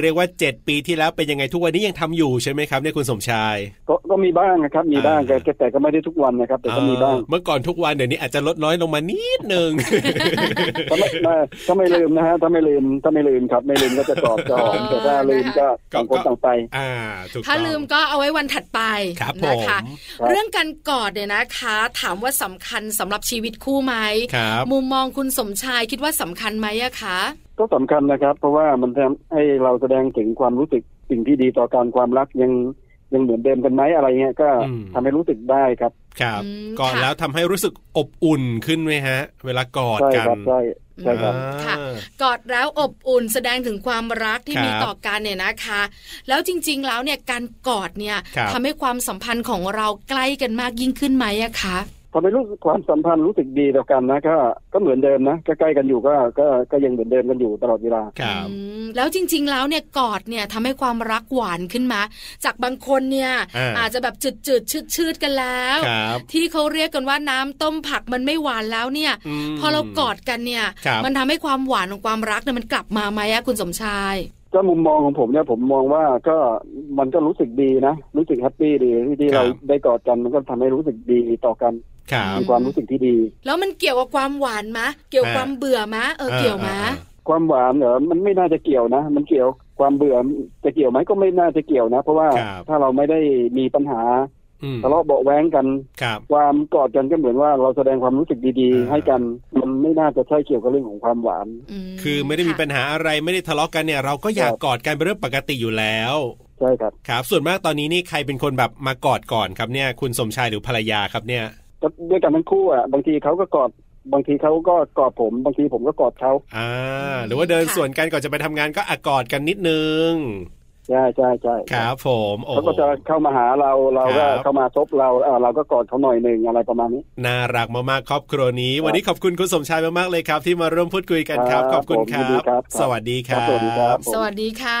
[SPEAKER 2] เรียกว่า 7 ปีที่แล้วเป็นยังไงทุกวันนี้ยังทำอยู่ใช่ไหมครับเนี่ยคุณสมชาย
[SPEAKER 6] ก็ก็มีบ้างนะครับ มีบ้าง
[SPEAKER 2] อ่า
[SPEAKER 6] แต่แต่ก็ไม่ได้ทุกวันนะครับ แต่ก็มีบ้าง
[SPEAKER 2] เออเมื่อก่อนทุกวันเดี๋ยวนี้อาจจะลดน้อยลงมานิดนึง *laughs*
[SPEAKER 6] ถ้าไม่ไม่ถ้าไม่ลืมนะฮะถ้าไม่ลืมถ้าไม่ลืมครับ ไม่ลืมก็จะกอดจะห
[SPEAKER 2] *laughs*
[SPEAKER 6] อม
[SPEAKER 1] เออ
[SPEAKER 6] แต่ถ้าลืมก็
[SPEAKER 2] นะคะ
[SPEAKER 6] ต่างคนต่างไป
[SPEAKER 2] อ่าถูกต้อง
[SPEAKER 1] ถ้าลืมก็เอาไว้วันถัดไป
[SPEAKER 2] ครับผ
[SPEAKER 1] นะ
[SPEAKER 2] ม
[SPEAKER 1] คะ
[SPEAKER 6] ครับ
[SPEAKER 1] เรื่องการกอดเนี่ยนะคะ ถามว่าสำคัญสำหรับชีวิตคู่ไหม
[SPEAKER 2] ครับ
[SPEAKER 1] มุมมองคุณสมชายคิดว่าสำคัญไหมอะคะ
[SPEAKER 6] ก็สำคัญนะครับ เพราะว่ามันทำให้เราแสดงถึงความรู้สึกสิ่งที่ดีต่อการความรักยังยังเหมือนเดิมกันไหมอะไรเงี้ยก็ทำให้รู้สึกได้ครับ
[SPEAKER 2] ครับ
[SPEAKER 1] อืม
[SPEAKER 2] กอด
[SPEAKER 1] ค่ะ
[SPEAKER 2] แล้วทำให้รู้สึกอบอุ่นขึ้นไหมฮะ เวลากอด
[SPEAKER 6] ใช่
[SPEAKER 2] กัน
[SPEAKER 6] ครับใช่ใช่ครับ
[SPEAKER 2] อ่า
[SPEAKER 1] ค่ะ กอดแล้วอบอุ่นแสดงถึงความรักที่
[SPEAKER 2] ครับ
[SPEAKER 1] มีต่อกันเนี่ยนะคะ แล้วจริงๆแล้วเนี่ยการกอดเนี่ย
[SPEAKER 2] ครับ
[SPEAKER 1] ทำให้ความสัมพันธ์ของเราใกล้กันมากยิ่งขึ้นไหมอะคะ
[SPEAKER 6] ทำให้รู้สึกความสัมพันธ์รู้สึกดีต่อกันนะก็ก็เหมือนเดิมนะก็ใกล้กันอยู่ก็ก็ก็ยังเหมือนเดิมกันอยู่ตลอดเวลา
[SPEAKER 2] ครับ
[SPEAKER 1] อืมแล้วจริง ๆ แล้วเนี่ยกอดเนี่ยทำให้ความรักหวานขึ้นมา จากบางคนเนี่ย
[SPEAKER 2] อ่า
[SPEAKER 1] จจะแบบจืดจืดชืดชืดๆกันแล้ว
[SPEAKER 2] ครับ
[SPEAKER 1] ที่เขาเรียกกันว่าน้ำต้มผักมันไม่หวานแล้วเนี่ย
[SPEAKER 2] ม
[SPEAKER 1] พอเรากอดกันเนี่ย
[SPEAKER 2] ครับ
[SPEAKER 1] มันทำให้ความหวานของความรักเนี่ยมันกลับมาไหมอะคุณสมชาย
[SPEAKER 6] ก็มุมมองของผมเนี่ยผมมองว่าก็มันก็รู้สึกดีนะ รู้สึกแฮปปี้ดีที่ที่
[SPEAKER 2] ครับ
[SPEAKER 6] เราได้กอดกันมันก็ทำให้รู้สึกดีต่อกัน
[SPEAKER 2] ครับ
[SPEAKER 6] มีความรู้สึกที่ดี
[SPEAKER 1] แล้วมันเกี่ยวกับความหวานมะ เกี่ยวกับความเบื่อมะเออเกี่ยวมะ
[SPEAKER 6] ความหวานเหรอมันไม่น่าจะเกี่ยวนะ มันเกี่ยวความเบื่อจะเกี่ยวไหมก็ไม่น่าจะเกี่ยวนะ เพราะว่า
[SPEAKER 2] ครับ
[SPEAKER 6] ถ้าเราไม่ได้มีปัญหา
[SPEAKER 2] อืม
[SPEAKER 6] ทะเลาะเบาะแว้งกัน
[SPEAKER 2] ครับ
[SPEAKER 6] ความกอดกันก็เหมือนว่าเราแสดงความรู้สึกดี
[SPEAKER 2] อ่า
[SPEAKER 6] ๆ ให้กันมันไม่น่าจะใช่เกี่ยวกับเรื่องของความหวาน
[SPEAKER 1] ม
[SPEAKER 2] คือไม่ได้มีปัญหาอะไรไม่ได้ทะเลาะกันเนี่ย เราก็อยากกอดกันเป็นเรื่องปกติอยู่แล้ว
[SPEAKER 6] ใช่ครับ
[SPEAKER 2] ครับ ส่วนมากตอนนี้นี่ใครเป็นคนแบบมากอดก่อนครับเนี่ย คุณสมชายหรือภรรยาครับเนี่ย
[SPEAKER 6] ก็ด้วยกันทั้งคู่อ่ะบางทีเขาก็กอดบางทีเขาก็กอดผม บางทีผมก็กอดเขา
[SPEAKER 2] อ่า หรือว่าเดินส่วนกันก่อนจะไปทำงานก็อะกอดกันนิดนึง
[SPEAKER 6] ใช่ใช่ใช่
[SPEAKER 2] ครับ ผมโอ้
[SPEAKER 6] เขาก็จะเข้ามาหาเราเรา
[SPEAKER 2] ค
[SPEAKER 6] ก็
[SPEAKER 2] รับ
[SPEAKER 6] เข้ามาซบเราเอ่อเราก็กอดเขาหน่อยหนึ่งอะไรประมาณนี้
[SPEAKER 2] น่ารักมากๆครอบครัวนี้ วันนี้ขอบคุณคุณสมชายมากๆเลยครับ ที่มาร่วมพูดคุยกันครับ
[SPEAKER 6] ครั
[SPEAKER 2] ขอ
[SPEAKER 6] บ
[SPEAKER 2] บคุณ
[SPEAKER 6] ผม
[SPEAKER 2] ค
[SPEAKER 6] ยิ
[SPEAKER 2] รั
[SPEAKER 6] นดีครับ บ
[SPEAKER 2] สวัสดีครั
[SPEAKER 6] ครับสวัสดีครับ บ
[SPEAKER 1] สวัสดีค่ะ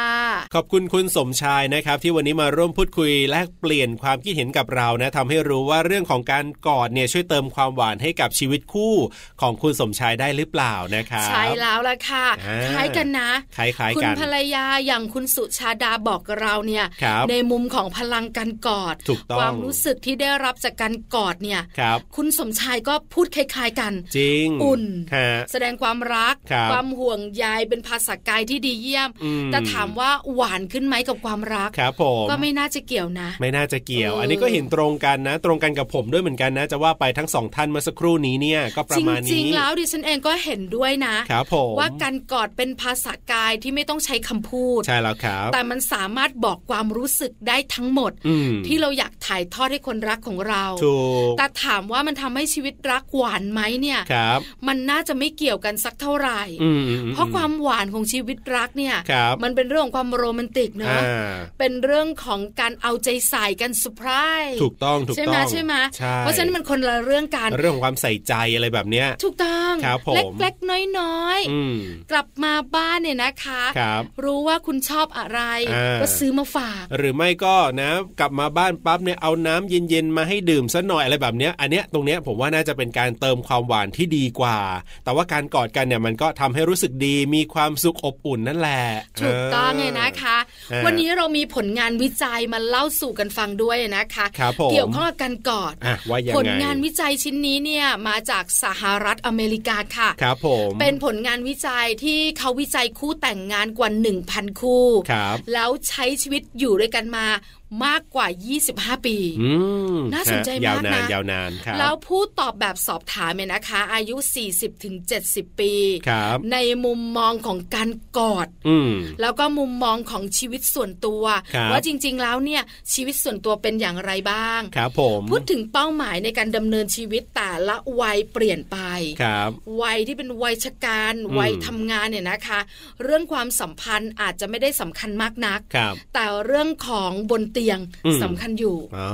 [SPEAKER 2] ขอบคุณคุณสมชายนะครับ ที่วันนี้มาร่วมพูดคุยแลกเปลี่ยนความคิดเห็นกับเรานะทำให้รู้ว่าเรื่องของการกอดเนี่ยช่วยเติมความหวานให้กับชีวิตคู่ของคุณสมชายได้หรือเปล่านะครับ
[SPEAKER 1] ใช่แล้วล่ะค่ะ
[SPEAKER 2] อ่า
[SPEAKER 1] คล้ายกันนะ
[SPEAKER 2] คล้าย
[SPEAKER 1] คุณ
[SPEAKER 2] ๆกัน
[SPEAKER 1] ภรรยาอย่างคุณสุชาดาบอกกับเราเนี่ย
[SPEAKER 2] ครับ
[SPEAKER 1] ในมุมของพลังการกอด
[SPEAKER 2] ถูกต้อง
[SPEAKER 1] ความรู้สึกที่ได้รับจากการกอดเนี่ย
[SPEAKER 2] ครับ
[SPEAKER 1] คุณสมชายก็พูดคล้ายๆกัน
[SPEAKER 2] จริง
[SPEAKER 1] อุ่น
[SPEAKER 2] ฮะ
[SPEAKER 1] แสดงความรัก
[SPEAKER 2] ครับ
[SPEAKER 1] ความห่วงใยเป็นภาษากายที่ดีเยี่ยม
[SPEAKER 2] อื
[SPEAKER 1] แต่ถามว่าหวานขึ้นไหมกับความรัก
[SPEAKER 2] ครับผม
[SPEAKER 1] ก็ไม่น่าจะเกี่ยวนะ
[SPEAKER 2] ไม่น่าจะเกี่ยว
[SPEAKER 1] เอออั
[SPEAKER 2] อันนี้ก็เห็นตรงกันนะ ตรงกันกับผมด้วยเหมือนกันนะ จะว่าไปทั้งสองท่านเมื่อสักครู่นี้เนี่ยก็ป
[SPEAKER 1] จ
[SPEAKER 2] ระมาณ
[SPEAKER 1] ริ
[SPEAKER 2] นี้
[SPEAKER 1] งๆ แล้วดิฉันเองก็เห็นด้วยนะ
[SPEAKER 2] ครับผม
[SPEAKER 1] ว่าการกอดเป็นภาษากายที่ไม่ต้องใช้คำพูด
[SPEAKER 2] ใช่แล้วครับ
[SPEAKER 1] แต่มันสามารถบอกความรู้สึกได้ทั้งหมด
[SPEAKER 2] อืม
[SPEAKER 1] ที่เราอยากถ่ายทอดให้คนรักของเรา
[SPEAKER 2] ถูก
[SPEAKER 1] แต่ถามว่ามันทำให้ชีวิตรักหวานไหมเนี่ย
[SPEAKER 2] ครับ
[SPEAKER 1] มันน่าจะไม่เกี่ยวกันสักเท่าไหร่
[SPEAKER 2] อืมอื
[SPEAKER 1] เพราะความหวานของชีวิตรักเนี่ย
[SPEAKER 2] ครับ
[SPEAKER 1] มันเป็นเรื่องของความโรแมนติก
[SPEAKER 2] อ่
[SPEAKER 1] เนาะ
[SPEAKER 2] า
[SPEAKER 1] เป็นเรื่องของการเอาใจใส่กันเซอร์ไพรส์
[SPEAKER 2] ถูกต้องถูก
[SPEAKER 1] ใช่ไหม
[SPEAKER 2] ต้อง
[SPEAKER 1] ใช่ไหม
[SPEAKER 2] ใช่
[SPEAKER 1] เพราะฉะนั้นมันคนละเรื่องกัน
[SPEAKER 2] เรื่องของความใส่ใจอะไรแบบเนี้ย
[SPEAKER 1] ถูกต้อง
[SPEAKER 2] ครับผม
[SPEAKER 1] เล็กๆน้อย
[SPEAKER 2] อืม
[SPEAKER 1] ๆ กลับมาบ้านเนี่ยนะคะ
[SPEAKER 2] ครับ
[SPEAKER 1] รู้ว่าคุณชอบอะไร
[SPEAKER 2] อ่า
[SPEAKER 1] ก็ซื้อมาฝาก
[SPEAKER 2] หรือไม่ก็นะกลับมาบ้านปั๊บเนี่ยเอาน้ำเย็นๆมาให้ดื่มซะหน่อยอะไรแบบเนี้ยอันเนี้ยตรงเนี้ยผมว่าน่าจะเป็นการเติมความหวานที่ดีกว่า แต่ว่าการกอดกันเนี่ยมันก็ทำให้รู้สึกดีมีความสุขอบอุ่นนั่นแหละ
[SPEAKER 1] ถูกต้อง
[SPEAKER 2] เ
[SPEAKER 1] เลยนะคะ
[SPEAKER 2] อ่า
[SPEAKER 1] วันนี้เรามีผลงานวิจัยมาเล่าสู่กันฟังด้วยนะคะ
[SPEAKER 2] ครับผม
[SPEAKER 1] เกี่ยวข้องกับการกอด
[SPEAKER 2] อ่ะว่ายังไง
[SPEAKER 1] ผลงานวิจัยชิ้นนี้เนี่ยมาจากสหรัฐอเมริกาค่ะ
[SPEAKER 2] ครับผม
[SPEAKER 1] เป็นผลงานวิจัยที่เขาวิจัยคู่แต่งงานกว่า 1,000 คู่
[SPEAKER 2] ครับ
[SPEAKER 1] แล้วใช้ชีวิตอยู่ด้วยกันมามากกว่า 25 ปี
[SPEAKER 2] อืม
[SPEAKER 1] น่าสนใจ
[SPEAKER 2] ฮะยาว
[SPEAKER 1] มาก
[SPEAKER 2] นาน
[SPEAKER 1] นะ
[SPEAKER 2] ยาวนานครับ
[SPEAKER 1] แล้วผู้ตอบแบบสอบถามเนี่ยนะคะ อายุ 40-70 ปี
[SPEAKER 2] ครับ
[SPEAKER 1] ในมุมมองของการกอด
[SPEAKER 2] อืม
[SPEAKER 1] แล้วก็มุมมองของชีวิตส่วนตัว
[SPEAKER 2] ครับ
[SPEAKER 1] ว่าจริง ๆ แล้วเนี่ยชีวิตส่วนตัวเป็นอย่างไรบ้าง
[SPEAKER 2] ครับผม
[SPEAKER 1] พูดถึงเป้าหมายในการดำเนินชีวิตแต่ละวัยเปลี่ยนไป
[SPEAKER 2] ครับ
[SPEAKER 1] วัยที่เป็นวัยชการ
[SPEAKER 2] อืม
[SPEAKER 1] วัยทำงานเนี่ยนะคะ เรื่องความสัมพันธ์อาจจะไม่ได้สำคัญมากนัก
[SPEAKER 2] ครับ
[SPEAKER 1] แต่เรื่องของบนเตียง
[SPEAKER 2] อืม
[SPEAKER 1] สำคัญอยู่
[SPEAKER 2] อ๋อ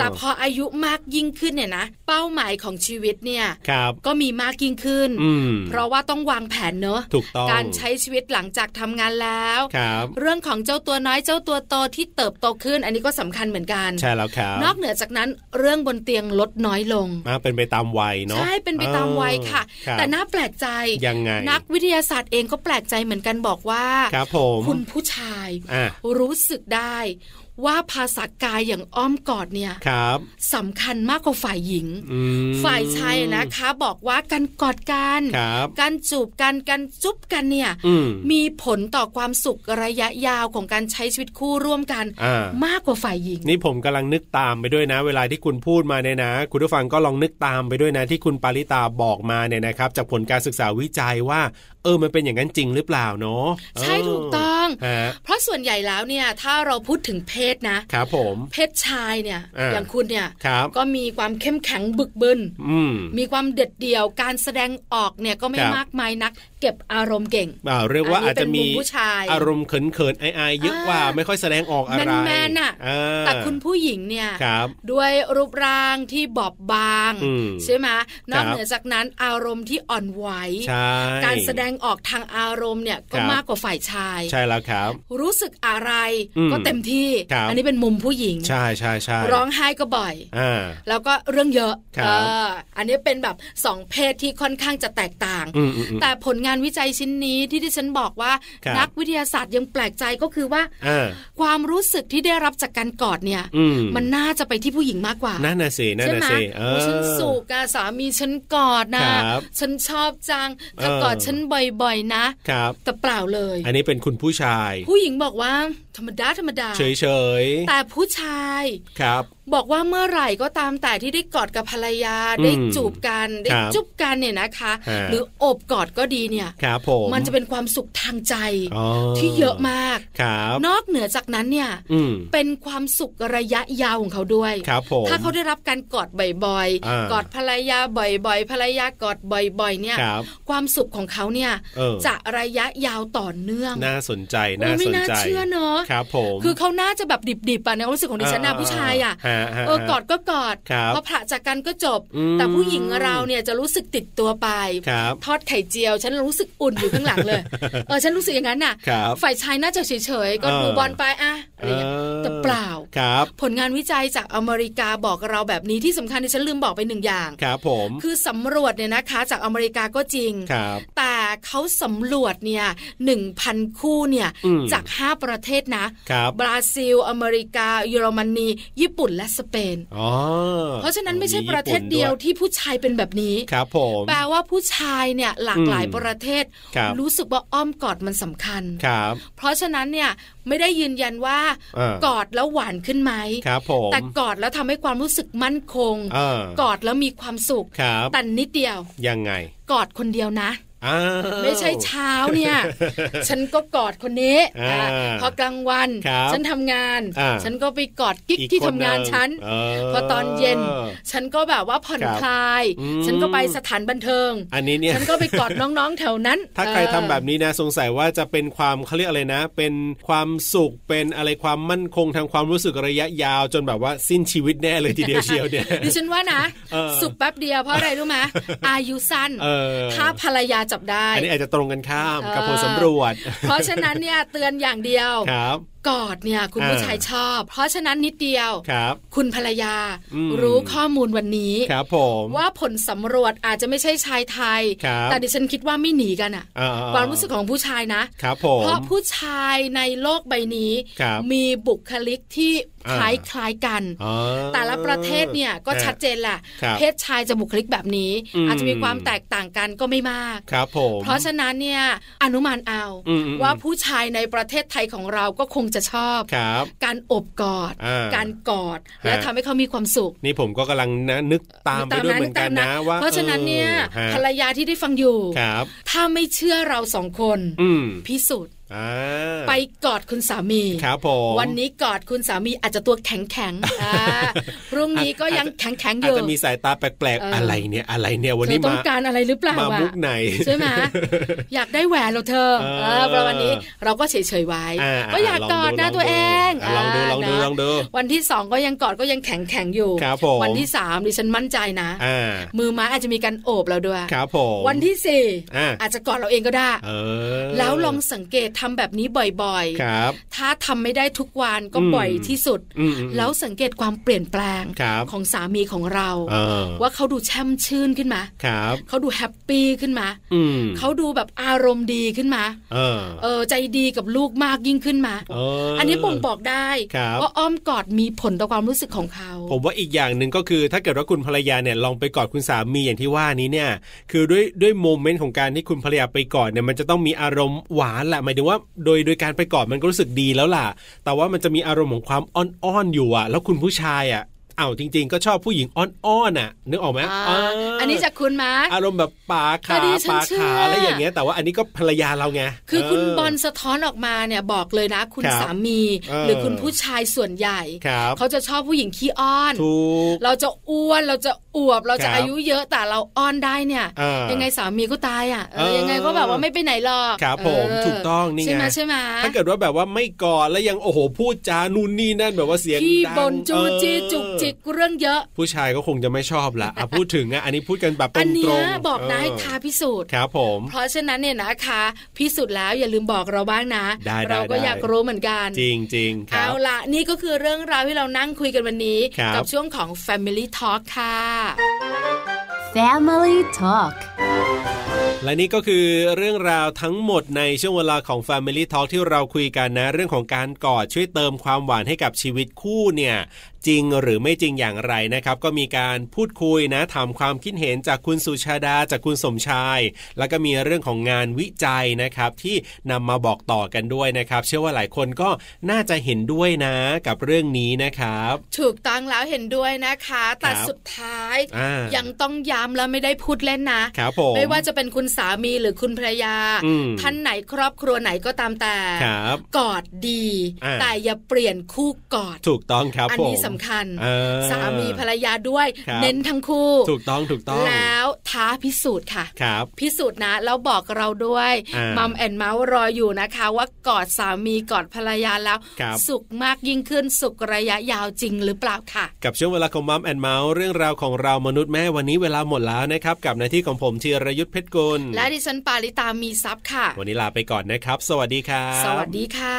[SPEAKER 1] แต่พออายุมากยิ่งขึ้นเนี่ยนะเป้าหมายของชีวิตเนี่ย
[SPEAKER 2] ครับ
[SPEAKER 1] ก็มีมากยิ่งขึ้น
[SPEAKER 2] อืม
[SPEAKER 1] เพราะว่าต้องวางแผนเนอะ
[SPEAKER 2] ถูกต้อง
[SPEAKER 1] การใช้ชีวิตหลังจากทำงานแล้ว
[SPEAKER 2] ครับ
[SPEAKER 1] เรื่องของเจ้าตัวน้อยเจ้าตัวโตที่เติบโตขึ้น อันนี้ก็สำคัญเหมือนกัน
[SPEAKER 2] ใช่แล้วครับ
[SPEAKER 1] นอกเหนือจากนั้นเรื่องบนเตียงลดน้อยลง
[SPEAKER 2] อ่าเป็นไปตามวัยเนาะ
[SPEAKER 1] ใช่เป็นไปตามวัยค่ะ
[SPEAKER 2] รับ
[SPEAKER 1] แต่น่าแปลกใจ
[SPEAKER 2] ยังไง
[SPEAKER 1] นักวิทยาศาสตร์เองก็แปลกใจเหมือนกันบอกว่า
[SPEAKER 2] ครับผม
[SPEAKER 1] คุณผู้ชาย
[SPEAKER 2] อ่ะ
[SPEAKER 1] รู้สึกได้ว่าภาษากายอย่างอ้อมกอดเนี่ย
[SPEAKER 2] ครับ
[SPEAKER 1] สำคัญมากกว่าฝ่ายหญิง
[SPEAKER 2] อืม
[SPEAKER 1] ฝ่ายชายนะคะบอกว่าการกอดกัน
[SPEAKER 2] ครับ
[SPEAKER 1] การจูบกันการจุ๊บกันเนี่ย
[SPEAKER 2] อืม
[SPEAKER 1] มีผลต่อความสุขระยะยาวของการใช้ชีวิตคู่ร่วมกัน
[SPEAKER 2] อ่า
[SPEAKER 1] มากกว่าฝ่ายหญิง
[SPEAKER 2] นี่ผมกำลังนึกตามไปด้วยนะ เวลาที่คุณพูดมาเนี่ยนะ คุณผู้ฟังก็ลองนึกตามไปด้วยนะที่คุณปาริตาบอกมาเนี่ยนะครับ จากผลการศึกษาวิจัยว่า เออมันเป็นอย่างนั้นจริงหรือเปล่าเนาะ
[SPEAKER 1] ใช่
[SPEAKER 2] เ
[SPEAKER 1] ถูกต้อง
[SPEAKER 2] ฮะ
[SPEAKER 1] เพราะส่วนใหญ่แล้วเนี่ยถ้าเราพูดถึงเพศนะ
[SPEAKER 2] ครับผม
[SPEAKER 1] เพศชายเนี่ย
[SPEAKER 2] อ่า
[SPEAKER 1] อย่างคุณเนี่ย
[SPEAKER 2] ครับ
[SPEAKER 1] ก็มีความเข้มแข็งบึกบึน
[SPEAKER 2] อืม
[SPEAKER 1] มีความเด็ดเดี่ยวการแสดงออกเนี่ยก็ไม่
[SPEAKER 2] ครับ
[SPEAKER 1] มากมายนัก เก็บอารมณ์เก่ง
[SPEAKER 2] อ่าเรียกว่า
[SPEAKER 1] อันนี้
[SPEAKER 2] อาจจะมี
[SPEAKER 1] เป็นมุมผู้ชาย
[SPEAKER 2] อารมณ์เขินเขินๆอายๆเยอะกว่า
[SPEAKER 1] อ่า
[SPEAKER 2] ไม่ค่อยแสดงออกอะไร
[SPEAKER 1] แมนๆน่ะ
[SPEAKER 2] อ่า
[SPEAKER 1] แต่คุณผู้หญิงเนี่ย
[SPEAKER 2] ครับ
[SPEAKER 1] ด้วยรูปร่างที่บอบบาง
[SPEAKER 2] อืม
[SPEAKER 1] ใช่ไหมนอก
[SPEAKER 2] ครับ
[SPEAKER 1] เหนือจากนั้นอารมณ์ที่อ่อนไหว
[SPEAKER 2] ใช่
[SPEAKER 1] การแสดงออกทางอารมณ์เนี่ยก็
[SPEAKER 2] ครับ
[SPEAKER 1] มากกว่าฝ่ายชาย
[SPEAKER 2] ใช่แล้วครับ
[SPEAKER 1] รู้สึกอะไร
[SPEAKER 2] อืม
[SPEAKER 1] ก็เต็มที่
[SPEAKER 2] ครับ
[SPEAKER 1] อันี้เป็นมุมผู้หญิง
[SPEAKER 2] ใช่ใช่ใช่
[SPEAKER 1] ร้องไห้ก็บ่อย
[SPEAKER 2] อ่า
[SPEAKER 1] แล้วก็เรื่องเยอะ
[SPEAKER 2] ครับ
[SPEAKER 1] เอออันนี้เป็นแบบสองเพศที่ค่อนข้างจะแตกต่าง
[SPEAKER 2] อืมอืมอืม
[SPEAKER 1] แต่ผลงาน านวิจัยชิ้นนี้ที่ที่ฉันบอกว่า
[SPEAKER 2] ครับ
[SPEAKER 1] นักวิทยาศาสตร์ยังแปลกใจก็คือว่า
[SPEAKER 2] อ่า
[SPEAKER 1] ความรู้สึกที่ได้รับจากการกอดเนี่ย
[SPEAKER 2] อืม
[SPEAKER 1] มันน่าจะไปที่ผู้หญิงมากกว่า
[SPEAKER 2] นั่นน่ะสินั่น
[SPEAKER 1] ใช่
[SPEAKER 2] น่ะ
[SPEAKER 1] ไหม
[SPEAKER 2] สิเอ
[SPEAKER 1] โอ้
[SPEAKER 2] อ
[SPEAKER 1] ฉันสูกอะสามีฉันกอดนะครับ ฉันชอบจังถ้า
[SPEAKER 2] เออ
[SPEAKER 1] กอดฉันบ่อยๆ นะครับ แต่เปล่าเลย
[SPEAKER 2] อันนี้เป็นคุณผู้ชาย
[SPEAKER 1] ผู้หญิงบอกว่า ธรรมดาธรรมดา
[SPEAKER 2] เฉยๆ
[SPEAKER 1] แต่ผู้ชาย
[SPEAKER 2] ครับ
[SPEAKER 1] บอกว่าเมื่อไหร่ก็ตามแต่ที่ได้กอดกับภรรยา
[SPEAKER 2] อืม
[SPEAKER 1] ได้จูบกันได้
[SPEAKER 2] ครับ
[SPEAKER 1] จุบกันเนี่ยนะคะ
[SPEAKER 2] ฮะ
[SPEAKER 1] หรือโอบกอดก็ดีเนี่ย
[SPEAKER 2] ครับผม
[SPEAKER 1] มันจะเป็นความสุขทางใจ
[SPEAKER 2] อ๋อ
[SPEAKER 1] ที่เยอะมาก
[SPEAKER 2] ครับ
[SPEAKER 1] นอกเหนือจากนั้นเนี่ย
[SPEAKER 2] อืม
[SPEAKER 1] เป็นความสุขระยะยาวของเขาด้วย
[SPEAKER 2] ครับผม
[SPEAKER 1] ถ้าเขาได้รับการกอดบ่อย
[SPEAKER 2] อ่า
[SPEAKER 1] กอดภรรยาบ่อยๆภรรยากอดบ่อยๆ เนี่ย
[SPEAKER 2] ครับ
[SPEAKER 1] ความสุขของเขาเนี่ย
[SPEAKER 2] เออ
[SPEAKER 1] จะระยะยาวต่อเนื่อง
[SPEAKER 2] น่าสนใจ
[SPEAKER 1] โอ้
[SPEAKER 2] น่า
[SPEAKER 1] ไม่
[SPEAKER 2] สน
[SPEAKER 1] น่า
[SPEAKER 2] ใจ
[SPEAKER 1] เชื่อเนอะ
[SPEAKER 2] ครับผม
[SPEAKER 1] คือเขาน่าจะแบบดิบๆอะในความรู้สึกของดิฉันนะผู้ชายอะ
[SPEAKER 2] ฮฮ
[SPEAKER 1] เออกอดก็กอด
[SPEAKER 2] ครับ
[SPEAKER 1] พอผละจากกันก็จบ
[SPEAKER 2] อืม
[SPEAKER 1] แต่ผู้หญิงเราเนี่ยจะรู้สึกติดตัวไป
[SPEAKER 2] ครับ
[SPEAKER 1] ทอดไข่เจียว ฉันรู้สึกอุ่นอยู่ข้างหลังเลย
[SPEAKER 2] *laughs*
[SPEAKER 1] เออฉันรู้สึกอย่างนั้นน่ะ
[SPEAKER 2] ครับ
[SPEAKER 1] ฝ่ายชายน่าจะเฉยๆ ก็
[SPEAKER 2] เออ
[SPEAKER 1] ดูบอลไปอ่ะอะไรอย่างเงี้ย แต่เปล่า
[SPEAKER 2] ครับ
[SPEAKER 1] ผลงานวิจัยจากอเมริกาบอกเราแบบนี้ที่สำคัญที่ฉันลืมบอกไปหนึ่งอย่าง
[SPEAKER 2] ครับผม
[SPEAKER 1] คือสำรวจเนี่ยนะคะ จากอเมริกาก็จริง
[SPEAKER 2] ครับ
[SPEAKER 1] แต่เขาสำรวจเนี่ยหนึ่งพันคู่เนี่ย
[SPEAKER 2] อืม
[SPEAKER 1] จากห้าประเทศนะ
[SPEAKER 2] ครับ
[SPEAKER 1] บราซิล อเมริกา เยอรมนี ญี่ปุ่นและสเปน
[SPEAKER 2] อ๋อ
[SPEAKER 1] เพราะฉะนั้นไม่ใช่
[SPEAKER 2] มี
[SPEAKER 1] ประเทศ
[SPEAKER 2] ญี่ปุ่น
[SPEAKER 1] เดียว
[SPEAKER 2] ด้
[SPEAKER 1] ที่ผู้ชายเป็นแบบนี้
[SPEAKER 2] วยครับผม
[SPEAKER 1] แปลว่าผู้ชายเนี่ยหลากหลาย
[SPEAKER 2] อืม
[SPEAKER 1] ประเทศ
[SPEAKER 2] ครับ
[SPEAKER 1] รู้สึกว่าอ้อมกอดมันสำคัญ
[SPEAKER 2] ครับ
[SPEAKER 1] เพราะฉะนั้นเนี่ยไม่ได้ยืนยันว่า
[SPEAKER 2] เออ
[SPEAKER 1] กอดแล้วหวานขึ้นไหม
[SPEAKER 2] ครับผม
[SPEAKER 1] แต่กอดแล้วทำให้ความรู้สึกมั่นคง
[SPEAKER 2] เออก
[SPEAKER 1] อดแล้วมีความสุข
[SPEAKER 2] ครับ
[SPEAKER 1] แต่นิดเดียว
[SPEAKER 2] ยังไง
[SPEAKER 1] กอดคนเดียวนะ
[SPEAKER 2] อ้าว
[SPEAKER 1] ไม่ใช่เช้าเนี่ย
[SPEAKER 2] *laughs*
[SPEAKER 1] ฉันก็กอดคนนี้
[SPEAKER 2] อ่า
[SPEAKER 1] อ่ะพอกลางวัน
[SPEAKER 2] ครับ
[SPEAKER 1] ฉันทำงาน
[SPEAKER 2] อ่า
[SPEAKER 1] ฉันก็ไปกอดกิ๊ก
[SPEAKER 2] อี
[SPEAKER 1] ที่
[SPEAKER 2] ค
[SPEAKER 1] ทำงาน
[SPEAKER 2] ห
[SPEAKER 1] ฉัน
[SPEAKER 2] เออ
[SPEAKER 1] พอตอนเย็น ฉันก็แบบว่าผ่อน
[SPEAKER 2] ครับ
[SPEAKER 1] คลาย
[SPEAKER 2] อืม
[SPEAKER 1] ฉันก็ไปสถานบันเทิง
[SPEAKER 2] อันนี้เนี่ย
[SPEAKER 1] ฉันก็ไปกอดน้องๆแถวนั้น
[SPEAKER 2] *laughs* ถ้าใคร
[SPEAKER 1] เออ
[SPEAKER 2] ทำแบบนี้นะสงสัยว่าจะเป็นความเขาเรียกอะไรนะ เป็นความสุขเป็นอะไรความมั่นคงทางความรู้สึกระยะยาวจนแบบว่าสิ้นชีวิตแน่เลยทีเดียวเชียวเนี่ย
[SPEAKER 1] *laughs* ดิฉันว่านะ
[SPEAKER 2] เออ
[SPEAKER 1] สุขแป๊บเดียวเพราะอะไร
[SPEAKER 2] *laughs*
[SPEAKER 1] รู้ไหมอายุสั้น
[SPEAKER 2] เออ
[SPEAKER 1] ถ้าภรรยาจับได้
[SPEAKER 2] อันนี้อาจจะตรงกันข้าม
[SPEAKER 1] เออ
[SPEAKER 2] กับผลสำรวจ
[SPEAKER 1] *laughs* เพราะฉะนั้นเนี่ยเตือนอย่างเดียว
[SPEAKER 2] *laughs* ครับ
[SPEAKER 1] กอดเนี่ยคุณผู้
[SPEAKER 2] อ่า
[SPEAKER 1] ชายชอบ เพราะฉะนั้นนิดเดียว
[SPEAKER 2] ครับ
[SPEAKER 1] คุณภรรยา
[SPEAKER 2] อืม
[SPEAKER 1] รู้ข้อมูลวันนี้
[SPEAKER 2] ครับผม
[SPEAKER 1] ว่าผลสำรวจอาจจะไม่ใช่ชายไทย
[SPEAKER 2] ครับ
[SPEAKER 1] แต่ดิฉันคิดว่าไม่หนีกันอะ
[SPEAKER 2] อ่
[SPEAKER 1] ความรู้สึกของผู้ชายนะ
[SPEAKER 2] ครับผม
[SPEAKER 1] เพราะผู้ชายในโลกใบนี้
[SPEAKER 2] ครับ
[SPEAKER 1] มีบุคลิกที่
[SPEAKER 2] อ่
[SPEAKER 1] คล้าย
[SPEAKER 2] า
[SPEAKER 1] คล้ายๆกัน
[SPEAKER 2] อ๋อ
[SPEAKER 1] แต่ละประเทศเนี่ยก็ชัดเจนแหละ
[SPEAKER 2] ครับ
[SPEAKER 1] เพศชายจะบุคลิกแบบนี้
[SPEAKER 2] อืม
[SPEAKER 1] อาจจะมีความแตกต่างกันก็ไม่มาก
[SPEAKER 2] ครับผม
[SPEAKER 1] เพราะฉะนั้นเนี่ยอนุมานเอา
[SPEAKER 2] อืมอืม
[SPEAKER 1] ว่าผู้ชายในประเทศไทยของเราก็คงจะชอบ
[SPEAKER 2] ครับ
[SPEAKER 1] การอบกอด
[SPEAKER 2] อ่า
[SPEAKER 1] การกอด
[SPEAKER 2] ฮะ
[SPEAKER 1] และทำให้เขามีความสุข
[SPEAKER 2] นี่ผมก็กำลังนะนึกตามไปด้วยเหมือนกันนะว่า
[SPEAKER 1] เพราะฉะนั้นเนี่ย
[SPEAKER 2] ออ
[SPEAKER 1] ภร
[SPEAKER 2] ฮะ
[SPEAKER 1] รยาที่ได้ฟังอยู่
[SPEAKER 2] ครับ
[SPEAKER 1] ถ้าไม่เชื่อเราสองคน
[SPEAKER 2] อืม
[SPEAKER 1] พิสูจน์
[SPEAKER 2] อ่า
[SPEAKER 1] ไปกอดคุณสามี
[SPEAKER 2] ครับผม
[SPEAKER 1] วันนี้กอดคุณสามีอาจจะตัวแข็งแข็งๆ
[SPEAKER 2] *laughs*
[SPEAKER 1] อ่าพรุ่งนี้ก็ยังแข็งแข็งๆอ
[SPEAKER 2] อาจ
[SPEAKER 1] ยู่
[SPEAKER 2] จะมีสายตาแปลก
[SPEAKER 1] เอออ
[SPEAKER 2] ๆอะไรเนี่ยอะไรเนี่ยวัน
[SPEAKER 1] เธ
[SPEAKER 2] นี้
[SPEAKER 1] อต้อ
[SPEAKER 2] มา
[SPEAKER 1] งการอะไรหรือเปล่า
[SPEAKER 2] มา
[SPEAKER 1] อะ
[SPEAKER 2] มุกไหน
[SPEAKER 1] ใช่ไหม อยากได้แหวนเหรอเธอ
[SPEAKER 2] เออ
[SPEAKER 1] เออประมาณนี้เราก็เฉยๆไว้
[SPEAKER 2] อ่า
[SPEAKER 1] ก็อยากกอดนะตัวเอง
[SPEAKER 2] ลองดู
[SPEAKER 1] า
[SPEAKER 2] ลองดู
[SPEAKER 1] นะ
[SPEAKER 2] ลองดู
[SPEAKER 1] วันที่สองก็ยังกอดก็ยังแข็งแข็งๆอยู่
[SPEAKER 2] ครับผม
[SPEAKER 1] วันที่สามดิฉันมั่นใจนะ
[SPEAKER 2] อ่า
[SPEAKER 1] มือไม้อาจจะมีการโอบเราด้วย
[SPEAKER 2] ครับผม
[SPEAKER 1] วันที่สี่
[SPEAKER 2] อ่า
[SPEAKER 1] อาจจะกอดเราเองก็ได้
[SPEAKER 2] เออ
[SPEAKER 1] แล้วลองสังเกตทำแบบนี้บ่อย
[SPEAKER 2] ครับ
[SPEAKER 1] ๆ ถ้าทำไม่ได้ทุกวันก็
[SPEAKER 2] อืม
[SPEAKER 1] บ่อยที่สุด
[SPEAKER 2] อืมอืม
[SPEAKER 1] แล้วสังเกตความเปลี่ยนแปลง
[SPEAKER 2] ครับ
[SPEAKER 1] ของสามีของเรา
[SPEAKER 2] เออ
[SPEAKER 1] ว่าเขาดูแช่มชื่นขึ้นมา
[SPEAKER 2] ครับ
[SPEAKER 1] เขาดูแฮปปี้ขึ้นมา
[SPEAKER 2] อืม
[SPEAKER 1] เขาดูแบบอารมณ์ดีขึ้นมา
[SPEAKER 2] เออ
[SPEAKER 1] เออใจดีกับลูกมากยิ่งขึ้นมา
[SPEAKER 2] เอออั
[SPEAKER 1] อันนี้บ่งบอกได้
[SPEAKER 2] ครับ
[SPEAKER 1] ว่าอ้อมกอดมีผลต่อความรู้สึกของเขา
[SPEAKER 2] ผมว่าอีกอย่างหนึ่งก็คือถ้าเกิดว่าคุณภรรยาเนี่ยลองไปกอดคุณสามีอย่างที่ว่านี้เนี่ย คือด้วยด้วยโมเมนต์ของการที่คุณภรรยาไปกอดเนี่ยมันจะต้องมีอารมณ์หวานแหละหมายถึงว่าโดยโดยการไปกอดมันก็รู้สึกดีแล้วล่ะ แต่ว่ามันจะมีอารมณ์ของความอ้อนๆอยู่อะแล้วคุณผู้ชายอะอ้าวจริง ๆ ก็ชอบผู้หญิงอ้อนๆอ่ะนึกออกไหม
[SPEAKER 1] อ่า
[SPEAKER 2] า
[SPEAKER 1] อันนี้จากคุณมา
[SPEAKER 2] อารมณ์แบบป่า
[SPEAKER 1] ก็
[SPEAKER 2] ขา
[SPEAKER 1] ดีฉัน
[SPEAKER 2] ป่า
[SPEAKER 1] เชื่อ
[SPEAKER 2] ขา
[SPEAKER 1] อ
[SPEAKER 2] อะไรอย่างเงี้ย แต่ว่าอันนี้ก็ภรรยาเราไง
[SPEAKER 1] คือคุณ
[SPEAKER 2] เ
[SPEAKER 1] บอลสะท้อนออกมาเนี่ยบอกเลยนะ คุณ
[SPEAKER 2] ครับ
[SPEAKER 1] สามี
[SPEAKER 2] เออ
[SPEAKER 1] หรือคุณผู้ชายส่วนใหญ่
[SPEAKER 2] ครับ
[SPEAKER 1] เขาจะชอบผู้หญิงขี้อ้อน
[SPEAKER 2] ถูก
[SPEAKER 1] เราจะอ้วนเราจะอวบเรา
[SPEAKER 2] ครั
[SPEAKER 1] จะ
[SPEAKER 2] บ
[SPEAKER 1] อายุเยอะแต่เราอ้อนได้เนี่ย
[SPEAKER 2] อ่ายั
[SPEAKER 1] ยังไงสามีก็ตายอ่ะเออ
[SPEAKER 2] เออ
[SPEAKER 1] ยังไงก็แบบว่าไม่ไปไหนหรอก
[SPEAKER 2] ครับผม
[SPEAKER 1] เ
[SPEAKER 2] ถูกต้องนี่ไง
[SPEAKER 1] ใช่ไหมใช่ไหม
[SPEAKER 2] ถ้าเกิดว่าแบบว่าไม่กอดแล้วยังโอ้โหพูดจานู่นนี่นั่นแบบว่าเสียง
[SPEAKER 1] พี่
[SPEAKER 2] ดัง
[SPEAKER 1] บนจูจี
[SPEAKER 2] เออ
[SPEAKER 1] จุกจิกเรื่องเยอะ
[SPEAKER 2] ผู้ชายก็คงจะไม่ชอบ
[SPEAKER 1] *laughs*
[SPEAKER 2] ละอ่ะพูดถึงอ่ะอันนี้พูดกันแบบต
[SPEAKER 1] อัน
[SPEAKER 2] รงๆ
[SPEAKER 1] เนี้ยบอก
[SPEAKER 2] เ
[SPEAKER 1] ได้ท้าพิสูจน์
[SPEAKER 2] ครับผม
[SPEAKER 1] เพราะฉะนั้นเนี่ยนะคะพิสูจน์แล้วอย่าลืมบอกเราบ้างนะ
[SPEAKER 2] ได้ได้
[SPEAKER 1] เราก็
[SPEAKER 2] ได้
[SPEAKER 1] อยากรู้เหมือนกัน
[SPEAKER 2] จริงจริงๆครั
[SPEAKER 1] เอา
[SPEAKER 2] บ
[SPEAKER 1] ละนี่ก็คือเรื่องราวที่เรานั่งคุยกันวันนี้
[SPEAKER 2] ครับ
[SPEAKER 1] กัช่วงของ Family Talk ค่ะ
[SPEAKER 4] Family Talk
[SPEAKER 2] และนี่ก็คือเรื่องราวทั้งหมดในช่วงเวลาของ Family Talk ที่เราคุยกันนะ เรื่องของการกอดช่วยเติมความหวานให้กับชีวิตคู่เนี่ย จริงหรือไม่จริงอย่างไรนะครับ ก็มีการพูดคุยนะถามความคิดเห็นจากคุณสุชาดาจากคุณสมชาย แล้วก็มีเรื่องของงานวิจัยนะครับ ที่นำมาบอกต่อกันด้วยนะครับ เชื่อว่าหลายคนก็น่าจะเห็นด้วยนะกับเรื่องนี้นะครับ
[SPEAKER 1] ถูกต้องแล้วเห็นด้วยนะคะ แต่
[SPEAKER 2] ครับ
[SPEAKER 1] สุดท้าย
[SPEAKER 2] อ่า
[SPEAKER 1] ยังต้องย้ำแล้วไม่ได้พูดเล่นนะ
[SPEAKER 2] ครับผม
[SPEAKER 1] ไม่ว่าจะเป็นคุณสามีหรือคุณภรรยา
[SPEAKER 2] อืม
[SPEAKER 1] ท่านไหนครอบครัวไหนก็ตามแต่
[SPEAKER 2] ครับ
[SPEAKER 1] กอดดี
[SPEAKER 2] อ่า
[SPEAKER 1] แต่อย่าเปลี่ยนคู่กอด
[SPEAKER 2] ถูกต้องครับ
[SPEAKER 1] อั
[SPEAKER 2] ผม
[SPEAKER 1] นี้สำคัญ
[SPEAKER 2] เออ
[SPEAKER 1] สามีภรรยาด้วย
[SPEAKER 2] ครับ
[SPEAKER 1] เน้นทั้งคู่
[SPEAKER 2] ถูกต้องถูกต้อง
[SPEAKER 1] แล้วท้าพิสูจน์ค่ะ
[SPEAKER 2] ครับ
[SPEAKER 1] พิสูจน์นะ แล้วบอกเราด้วย
[SPEAKER 2] อ่ามั
[SPEAKER 1] มัมแอนเมาส์รออยู่นะคะ ว่ากอดสามีกอดภรรยาแล้ว
[SPEAKER 2] ครับ
[SPEAKER 1] สุขมากยิ่งขึ้นสุขระยะยาวจริงหรือเปล่าค่ะ
[SPEAKER 2] กับช่วงเวลาของมัมแอนเมาส์เรื่องราวของเรามนุษย์แม่วันนี้เวลาหมดแล้วนะครับ กับหน้าที่ของผมธีรยุทธเพชรกุล
[SPEAKER 1] และดิฉันปาริตามีซัพ์ค่ะ
[SPEAKER 2] วันนี้ลาไปก่อนนะครับ สวัสดีครับ
[SPEAKER 1] สวัสดีค่ะ